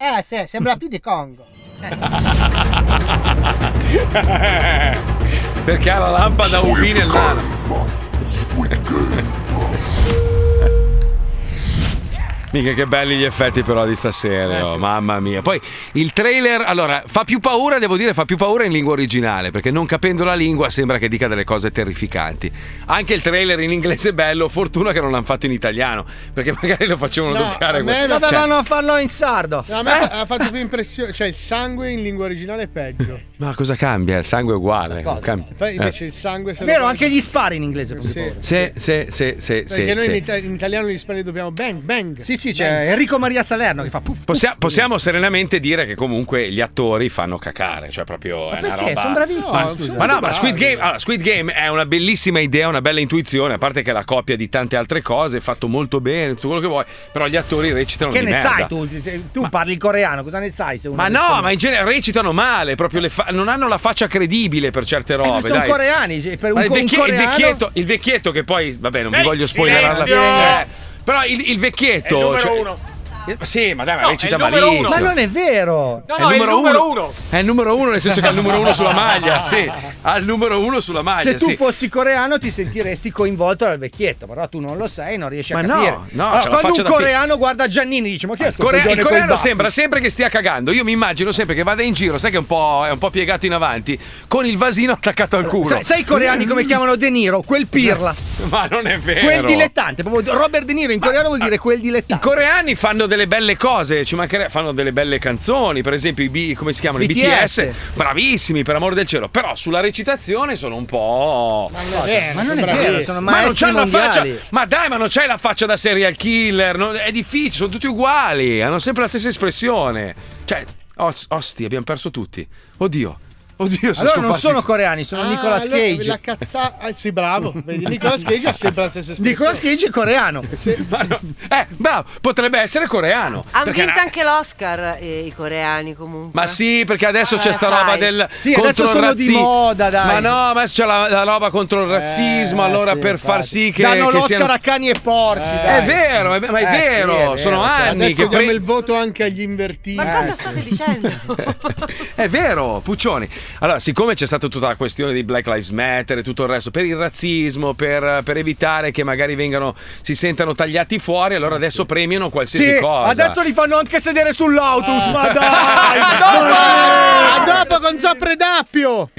Eh sì, sembra più di Congo. Perché ha la lampada a un fine e l'ana. Mica che belli gli effetti però di Eh, stasera, oh, mamma mia. Poi il trailer, allora, fa più paura, devo dire, fa più paura in lingua originale, perché non capendo la lingua sembra che dica delle cose terrificanti. Anche il trailer in inglese è bello, fortuna che non l'hanno fatto in italiano, perché magari lo facevano doppiare. a me guarda- cioè- dovevano farlo in sardo. Eh? No, a me fa- ha fatto più impressione, cioè il sangue in lingua originale è peggio. Ma cosa cambia? Il sangue è uguale. Cosa? non cambia. Infatti invece Eh. il sangue se lo Vero, fanno- anche gli spari in inglese. Sì. Se, se, se, se, se, Perché noi se. In, ita- in italiano gli spagnoli dobbiamo bang bang. Sì, sì, c'è Enrico Maria Salerno che fa puff. Possia- possiamo serenamente dire che comunque gli attori fanno cacare, cioè proprio è una perché? roba. Sono bravissimi, Ma, scusa. ma no, ma Bravi. Squid Game, allora, Squid Game è una bellissima idea, una bella intuizione, a parte che è la copia di tante altre cose, è fatto molto bene, tutto quello che vuoi, però gli attori recitano Che di ne merda. sai tu? Se- Tu parli il coreano, cosa ne sai? Se uno Ma no, ma in genere recitano male, proprio le fa- non hanno la faccia credibile per certe Eh, ma robe, sono dai. coreani, cioè, per un, Ma il, un vecchie- il coreano. vecchietto, il vecchietto che poi, vabbè, non vi Ehi, voglio spoilerare Eh, silenzio! la eh, Però il, il vecchietto. È il numero cioè- uno. Eh, Sì, ma dai, ma recita numero uno. malissimo. Ma non è vero. No, no, è il numero uno. È il numero uno, nel senso che ha il numero uno sulla maglia. Sì, ha il numero uno sulla maglia. Se tu sì. fossi coreano ti sentiresti coinvolto dal vecchietto, però tu non lo sei, non riesci a Ma no, capire. no, Allora, ce la quando faccio un da pi- coreano guarda Giannini dice "Ma chi è sto Corea- il coglione coi coreano baffi?" sembra sempre che stia cagando. Io mi immagino sempre che vada in giro, sai che è un po', è un po' piegato in avanti, con il vasino attaccato al culo. Sai, sai i coreani come chiamano De Niro? Quel pirla. Ma non è Mm. vero. Quel dilettante, proprio Robert De Niro in coreano vuol dire quel I dilettante. coreani fanno delle belle cose, ci mancherebbe, fanno delle belle canzoni, per esempio i B, come si chiamano? BTS. I BTS, bravissimi, per amor del cielo, però sulla recitazione sono un po'. Ma cioè, non è vero, Ma eh. non è sono vero, bravissimi. sono Ma non maestri c'hanno la faccia. mondiali. Ma dai, ma non c'hai la faccia da serial killer, non- è difficile, sono tutti uguali, hanno sempre la stessa espressione. Cioè, os- osti, abbiamo perso tutti. Oddio. Oddio, sono Allora non scomparsi sono coreani, sono Ah, Nicolas allora, Cage. La cazzata. Ah, sì, bravo. Vedi, Nicolas Cage ha sempre la stessa espressione. Nicolas Cage è coreano. Ma no- Eh, bravo, potrebbe essere coreano. Hanno perché- vinto anche l'Oscar eh, i coreani comunque. Ma sì, perché adesso Ah, c'è sta sai. roba del Sì, contro adesso il sono di razzismo. moda, dai. Ma no, ma adesso c'è la, la roba contro il razzismo, allora per far sì che Danno che l'Oscar siano- a cani e porci. È vero, ma ma è, Eh, sì, vero, Eh, è vero, sono cioè, Eh, anni Adesso che diamo pre- il voto anche agli invertiti. Ma cosa state dicendo? È vero, Puccioni. Allora, siccome c'è stata tutta la questione di Black Lives Matter e tutto il resto per il razzismo, per, per evitare che magari vengano si sentano tagliati fuori, allora adesso premiano qualsiasi Sì, cosa. adesso li fanno anche sedere Eh. sull'autobus, ma dai! A dopo con Zapredappio!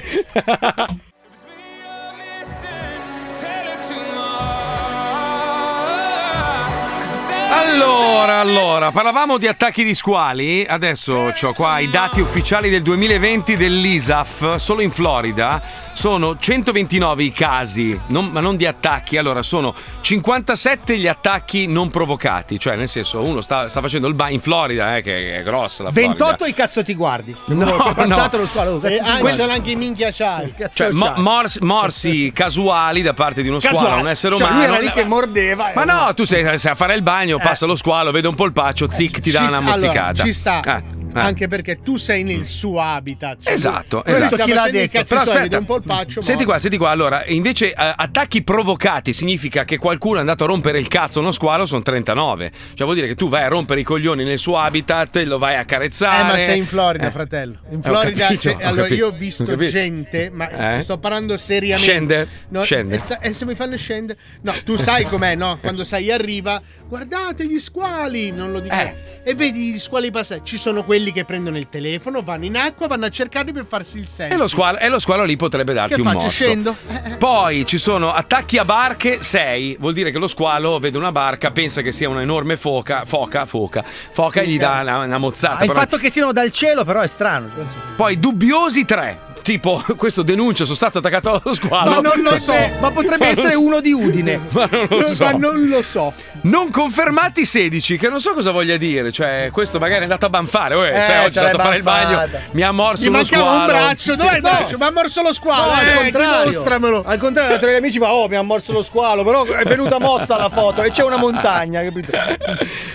Allora, allora, parlavamo di attacchi di squali, adesso ho qua i dati ufficiali del 2020 dell'ISAF, solo in Florida sono 129 i casi, non- ma non di attacchi, allora sono 57 gli attacchi non provocati, cioè nel senso uno sta, sta facendo il bagno in Florida, eh, che è grossa la Florida. 28 i cazzo ti guardi. No, Ah, Poi è passato no. Eh, lo squalo. oh, E Cazzo ti anche, guardi. sono anche i minchia c'hai. Cioè, mo- mors- morsi casuali da parte di uno squalo, un essere Cioè, umano. lui era lì che Eh. mordeva. Ma no, tu sei, sei a fare il bagno, passa lo squalo, vede un polpaccio, zic, ti dà Eh, Ci una sta- mozzicata. allora, ci sta. Eh, eh. Anche perché tu sei nel suo habitat. Cioè, Esatto, lui- lui esatto. sta Chi l'ha facendo i detto? cazzi Però suoi, vede aspetta. un polpaccio. Senti qua, senti qua, allora, invece eh, attacchi provocati significa che qualcuno è andato a rompere il cazzo a uno squalo, sono 39. Cioè vuol dire che tu vai a rompere i coglioni nel suo habitat, lo vai a Eh, carezzare. ma sei in Florida, Eh. fratello. In ho Florida, capito, c'è- ho allora capito, io ho ho visto capito. gente, ma Eh? sto parlando seriamente. Scende, No, scende. E, sa- e se mi fanno scendere, no, tu sai com'è, no? Quando sai arriva, guardate gli squali, non lo dico. Eh. E vedi gli squali passare. Ci sono quelli che prendono il telefono, vanno in acqua, vanno a cercarli per farsi il E selfie. lo, squalo, e lo squalo lì potrebbe darti Che un faccio? morso. Scendo? Eh, Poi ci sono attacchi a barche 6, vuol dire che lo squalo vede una barca, pensa che sia un'enorme foca, foca, foca, foca e gli dà una, una mozzata. Ah, il Però- fatto che siano dal cielo, però, è strano. Poi dubbiosi 3. Tipo, questo denuncia, sono stato attaccato allo squalo. Ma non lo so, ma potrebbe non essere so. uno di Udine. Ma non lo so. Ma non lo so. Non confermati 16, che non so cosa voglia dire. Cioè, questo magari è andato a banfare. uè, Eh, cioè, oggi se è andato l'è a fare il bagno, banfata. mi ha morso Gli uno mancava squalo. un braccio, dov'è il braccio? Mi ha morso lo squalo, No, al eh, contrario. dimostramelo. Al contrario, la teoria degli amici va, oh, mi ha morso lo squalo, però è venuta mossa la foto e c'è una montagna, capito? Eh,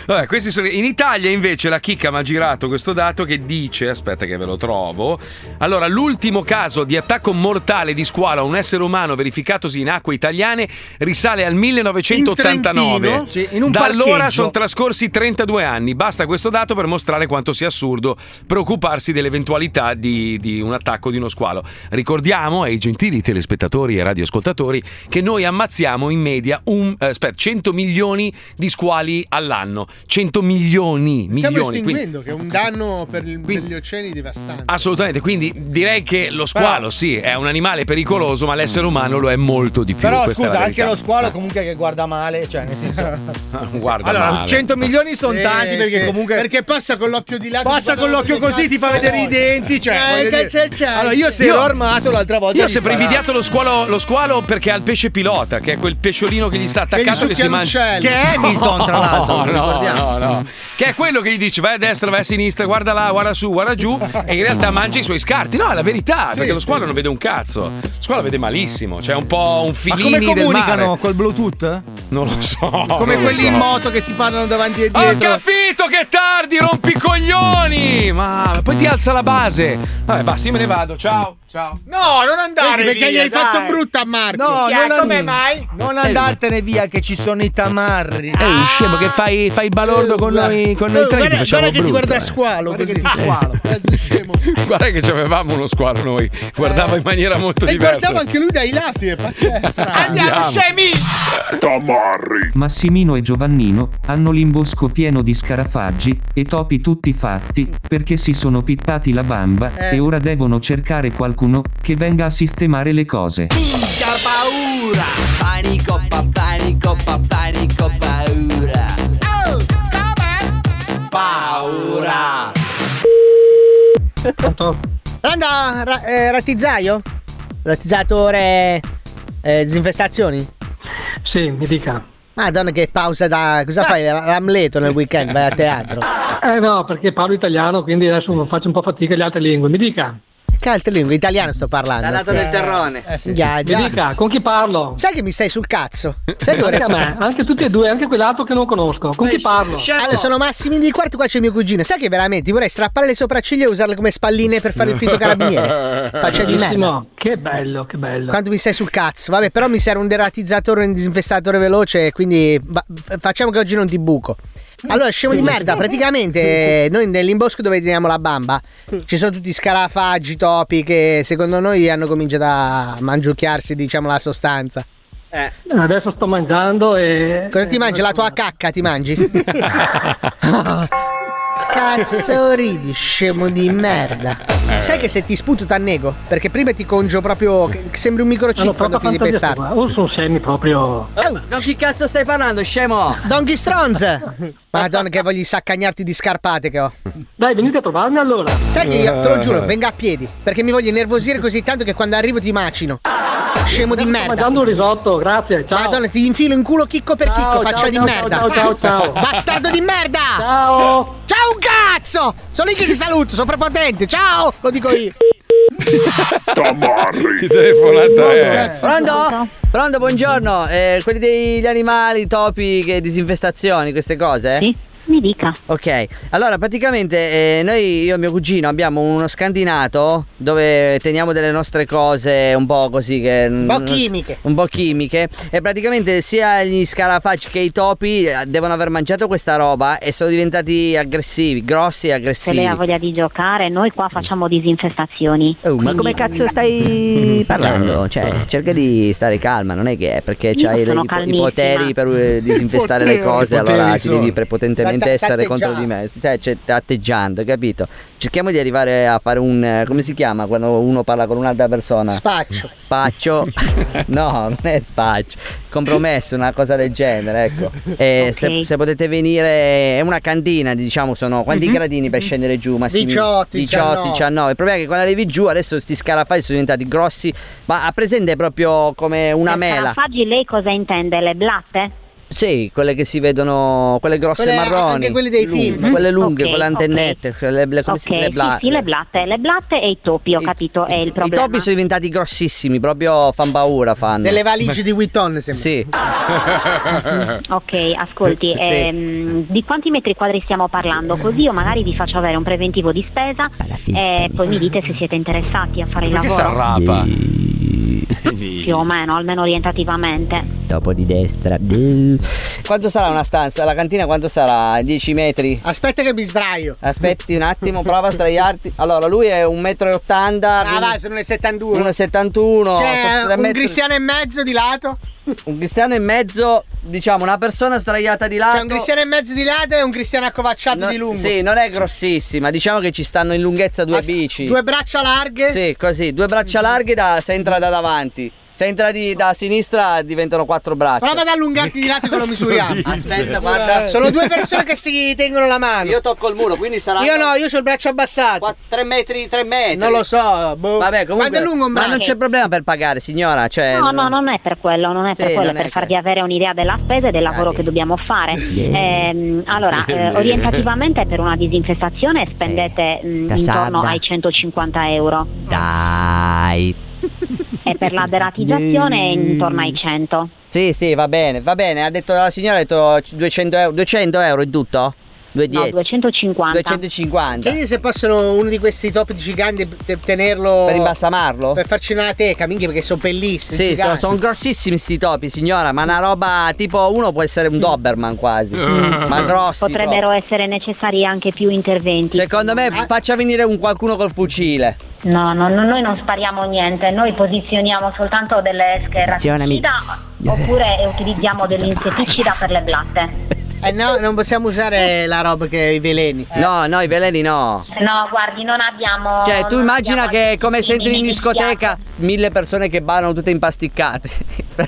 Vabbè, questi sono- In Italia invece la chicca mi ha girato questo dato che dice, aspetta che ve lo trovo, allora l'ultimo caso di attacco mortale di squalo a un essere umano verificatosi in acque italiane risale al 1989. In Trentino? Sì, in un da allora parcheggio. sono trascorsi 32 anni, basta questo dato per mostrare quanto sia assurdo preoccuparsi dell'eventualità di, di un attacco di uno squalo. Ricordiamo ai gentili telespettatori e radioascoltatori che noi ammazziamo in media un, eh, aspetta, 100 milioni di squali all'anno. 100 milioni, Stiamo milioni. quindi- estinguendo, che è un danno per, il- per gli oceani devastante. assolutamente, quindi direi che lo squalo sì è un animale pericoloso, ma l'essere umano lo è molto di più. Mm. Però questa è la scusa, anche verità. lo squalo comunque che guarda male, cioè nel senso... Eh, Guarda allora, male. 100 milioni sono Sì, tanti perché sì, comunque... Perché passa con l'occhio di lato. Passa ti con fa l'occhio vedere così, ti fa cazzo vedere i vuoi. denti, cioè, Eh, voglio dire- c'è, c'è. Allora, io se Io- ero armato l'altra volta... Io ho gli sempre sparavo. invidiato lo squalo, lo squalo perché ha il pesce pilota, che è quel pesciolino che gli sta attaccato Che gli che si succhia mangia. l'uccello. Che è Hamilton, tra l'altro, lo No, no, no, ricordiamo. no. Che è quello che gli dice vai a destra, vai a sinistra, guarda là, guarda su, guarda giù, e in realtà mangia i suoi scarti. No, è la verità, perché lo squalo non vede un cazzo. Lo squalo vede malissimo, c'è un po' un Ma filino. come comunicano? Col Bluetooth? Non lo so. Come non lo quelli so. Oh, in moto che si parlano davanti e Ho dietro. capito che è tardi, rompi i coglioni! Ah, Ma poi ti alza la base. Vabbè, basta, io me ne vado. Ciao, ciao. No, non andare Vedi, perché gli via, hai dai. fatto brutta a Marco. No, Chia, non come and- mai? Ah. Non andartene via che ci sono i tamarri. Ehi, scemo, che fai, fai il balordo con noi, con noi tre? ti Eh, guarda, facciamo guarda che ti brutto, guarda eh. a squalo. così. Eh. Guarda che avevamo uno squalo noi, guardava in maniera molto E diversa. guardava anche lui dai lati, è pazzesco. Andiamo. scemi! Massimino e Giovannino hanno l'imbosco pieno di scarafaggi e topi tutti fatti perché si sono pittati la bamba Eh. e ora devono cercare qualcuno che venga a sistemare le cose. Minchia paura! Panico, pa, panico, pa, panico, paura! Oh, come? Paura! Pronto? Ra- eh, ratizzaio? Rattizzatore eh, disinfestazioni? Sì, mi dica. Madonna che pausa da... Cosa fai? Ah. L'amleto nel weekend, vai a teatro. Eh no, perché parlo italiano, quindi adesso faccio un po' fatica alle altre lingue. Mi dica. Che altre lingue? Italiano sto parlando. Dal lato del terrone. Eh, sì. Già, già. Mi dica, con chi parlo? Sai che mi stai sul cazzo? Sai che Anche a ora- me, anche tutti e due, anche quell'altro che non conosco. Con chi parlo? Allora, sono Massimini di quarto, qua c'è mio cugino. Sai che veramente vorrei strappare le sopracciglia e usarle come spalline per fare il finto carabiniere. Faccia di merda. Bellissimo, Che bello, che bello. Quanto mi stai sul cazzo? Vabbè, però mi serve un deratizzatore e un disinfestatore veloce, quindi va- f- facciamo che oggi non ti buco. Allora, scemo di merda, praticamente eh, noi nell'imbosco dove teniamo la bamba ci sono tutti scarafaggi, topi che secondo noi hanno cominciato a mangiucchiarsi, diciamo, la sostanza. Eh, Adesso sto mangiando e... Cosa ti mangi? La tua cacca ti mangi? Cazzo ridi, scemo di merda. Sai che se ti sputo t'annego? Perché prima ti congio proprio. che- che Sembri un microchip Hanno quando proprio finisci di fantasia pestarti. tua. O sono scemi proprio... Don chi Eh, cazzo stai parlando, scemo? Donkey Stronz! Madonna che voglio saccagnarti di scarpate che ho. Dai, venite a trovarmi allora. Sai che io, te lo giuro, venga a piedi, perché mi voglio innervosire così tanto che quando arrivo ti macino. Scemo di merda. Sto mangiando un risotto, grazie, ciao. Madonna, ti infilo in culo chicco per chicco, ciao, faccia di ciao, merda. ciao, ciao, ciao. Bastardo di merda! Ciao! Ciao un cazzo! Sono io che ti saluto, sono prepotente, ciao! Lo dico io. Che telefonata è? Pronto? Pronto, buongiorno. Eh, quelli degli animali, topi, che disinfestazioni, queste cose? Sì, mi dica. Ok, allora praticamente eh, noi, io e mio cugino, abbiamo uno scantinato dove teniamo delle nostre cose un po' così che... Un po' chimiche. Un po' chimiche. E praticamente sia gli scarafaggi che i topi eh, devono aver mangiato questa roba e sono diventati aggressivi, grossi e Se aggressivi. lei ha voglia di giocare, noi qua facciamo disinfestazioni. Oh, ma come cazzo Mm-hmm. stai parlando? Cioè, cerca di stare calma, non è che è perché Io c'hai le- sono i, po- i calmissima. poteri per eh, disinfestare le Poteri, cose, poteri allora ti sono. devi prepotentemente Tatta- essere contro di me. Stai cioè, atteggiando, capito? Cerchiamo di arrivare a fare un. eh, come si chiama quando uno parla con un'altra persona? Spaccio. Spaccio. no, non è spaccio. Compromesso, una cosa del genere, ecco. E se, se potete venire, è una cantina, diciamo, sono quanti Mm-hmm. Mhm. gradini per scendere giù? Ma 18, 18, 19. 19. Il problema è che quando arrivi giù adesso sti scarafaggi sono diventati grossi, ma a presente è proprio come una mela. Faggi lei cosa intende? Le blatte? Sì, quelle che si vedono, quelle grosse Quelle- marroni. anche quelle dei film. Mhm. Quelle lunghe, Ok, con le antennette, cioè le, le, come Ok, si- le bla- sì, sì, le blatte, le blatte e i topi, ho capito, è il I problema. topi sono diventati grossissimi, proprio fan paura fanno. Delle valigie di Witton sembra. Sì. Ok, ascolti, Sì. ehm, di quanti metri quadri stiamo parlando? Così io magari vi faccio avere un preventivo di spesa e poi mi dite se siete interessati a fare il Perché si lavoro. arrapa? Più o meno, almeno orientativamente. Topo di destra. Quanto sarà una stanza? La cantina quanto sarà? 10 metri? Aspetta che mi sdraio. Aspetti un attimo, prova a sdraiarti. Allora, lui è 1,80 m. Ah, vai, sono le 71. 1,71 Cioè, sono tre un metri. cristiano e mezzo di lato. Un cristiano e mezzo, diciamo, una persona sdraiata di lato. Cioè, un cristiano e mezzo di lato e un cristiano accovacciato di lungo. Sì, non è grossissima, diciamo che ci stanno in lunghezza due bici. Due braccia larghe. Sì, così, due braccia larghe da, se entra da davanti. Se entra di- da sinistra diventano quattro braccia. Prova ad allungarti di lato che lo Cazzo misuriamo. Eh, dice? Aspetta, guarda. Sono due persone che si tengono la mano. Io tocco il muro, quindi sarà. Io no, io ho il braccio abbassato. 3 metri, 3 metri. Non lo so. boh. Vabbè, comunque. Quanto è lungo un ma braccio? non c'è problema per pagare, signora. Cioè, No, no, non è per quello, non è Sì, per quello, è non è Ah, per farvi avere un'idea della spesa e del lavoro che dobbiamo fare. Ehm, allora, eh, Yeah. orientativamente per una disinfestazione spendete mh, Da intorno sarda. ai 150 euro Dai. e per la deratizzazione intorno ai 100. Sì, sì, va bene, va bene. Ha detto la signora ha detto 200 euro. 200 euro in tutto? No, 210. 250. 250. Chiedi se possono uno di questi top giganti te- tenerlo. Per imbalsamarlo? Per farci una teca, minchia, perché sono bellissimi. Sì, sono, giganti. sono grossissimi sti topi, signora, ma una roba tipo uno può essere un Doberman quasi. ma grossi. Potrebbero essere necessari anche più interventi. Eh, grossi. Secondo me faccia venire un qualcuno col fucile. No, no, no, noi non spariamo niente, noi posizioniamo soltanto delle scherze Posizionami. oppure utilizziamo dell'insetticida per le blatte. Eh no, non possiamo usare la roba che i veleni. Eh. No, no, i veleni no. No, guardi, non abbiamo. Cioè, tu non immagina abbiamo che è come se entri in alimentini discoteca mille persone che ballano tutte impasticcate.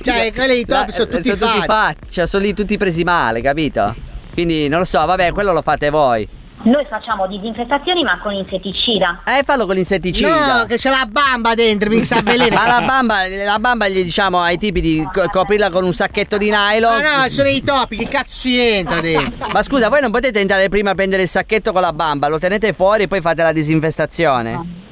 Cioè, quelli i topi sono tutti fatti. Cioè, sono lì tutti presi male, capito? Quindi non lo so, vabbè, quello lo fate voi. schiacciati. Noi facciamo disinfestazioni ma con insetticida. Eh, fallo con l'insetticida. No, che c'è la bamba dentro, mi sa veleno. Ma la bamba, la bamba gli diciamo ai tipi di co- coprirla con un sacchetto di nylon. Ma no, sono i topi, che cazzo ci entra dentro? Ma scusa, voi non potete entrare prima a prendere il sacchetto con la bamba, lo tenete fuori e poi fate la disinfestazione?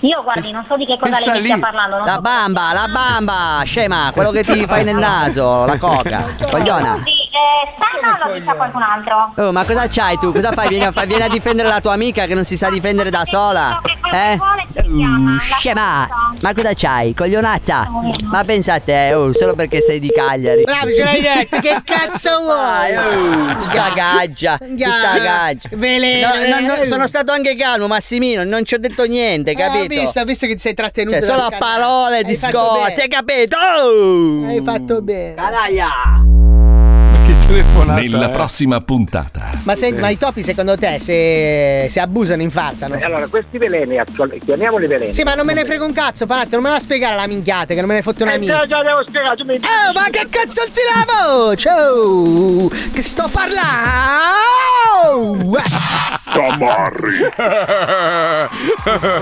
Io guardi, non so di che cosa Questa lei mi lì. stia parlando. Non La so- bamba, la bamba, scema, Ah, quello che ti fai nel naso, la coca, cogliona. Scusi, eh, Stanna lo dice a qualcun altro. Oh, ma cosa c'hai tu? Cosa fai? Vieni a, fa- vieni a difendere la tua amica che non si sa difendere da sola. Eh? Uh, scema! Ma cosa c'hai? Coglionazza! Ma pensate, oh, solo perché sei di Cagliari. Bravo, ce l'hai detto, che cazzo vuoi? Tutta gaggia, tutta gaggia. Veleno, No, no, no, veleno. sono stato anche calmo, Massimino, non ci ho detto niente, Eh, ho capito? visto, ho visto che ti sei trattenuto. Cioè, solo dal a canale. parole di Hai fatto scorte, bene. hai capito? Oh! Hai fatto bene. Nella prossima puntata. Ma, se- ma i topi secondo te se, se abusano infartano? Eh, Allora, questi veleni, attual- chiamiamoli veleni. Sì, ma Eh, non me ne frega un cazzo, Panatta, non me la spiegare la minchiata, che non me ne fotte una Eh, minchia. già, già devo spiegare, tu mi dici- Oh, ma che cazzo alzi la voce? Oh, che sto parlando? Eh. Tamarri. Eh,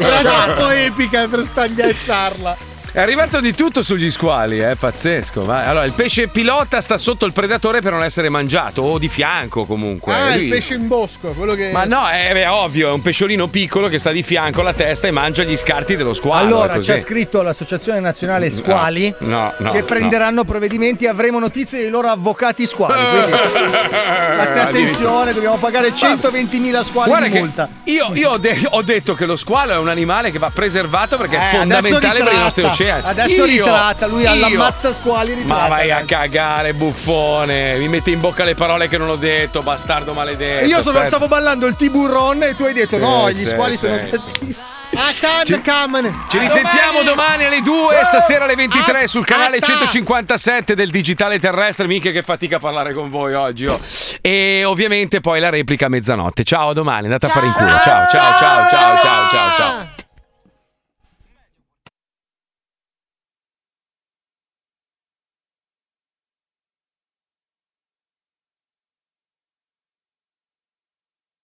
Era troppo epica per stagliazzarla. È arrivato di tutto sugli squali, è pazzesco. ma- Allora, il pesce pilota sta sotto il predatore per non essere mangiato, o di fianco comunque. Ah, Lui- il pesce in bosco, quello che. Ma no, è, è ovvio, è un pesciolino piccolo che sta di fianco alla testa e mangia gli scarti dello squalo. è Allora, Ah, così. c'è scritto l'Associazione Nazionale Squali No, no, che no. prenderanno provvedimenti e avremo notizie dei loro avvocati squali. Quindi Eh, fate attenzione, dobbiamo pagare 120.000 squali Ah, Guarda di che multa. io, io ho, de- ho detto che lo squalo è un animale che va preservato perché Eh, è adesso fondamentale per i ritratta, nostri oceani. Adesso Io- ritratta, lui io- all'ammazza squali ritratta. Ma vai a cagare, buffone. Mi metti in bocca le parole che non ho detto, bastardo maledetto. Io sono- Aspetta. stavo ballando il tiburon e tu hai detto Sì, no, eh, sì, gli squali sì, sono sì. cattivi. Ah, Ci- Ci A risentiamo domani alle 2, Ah, Ciao. stasera alle 23 sul canale 157 del Digitale Terrestre. Minchia che fatica a parlare con voi oggi. oh. E ovviamente poi la replica a mezzanotte. Ciao, a domani. Andate a fare in culo. Ciao, ciao, ciao, ciao, ciao, ciao, ciao.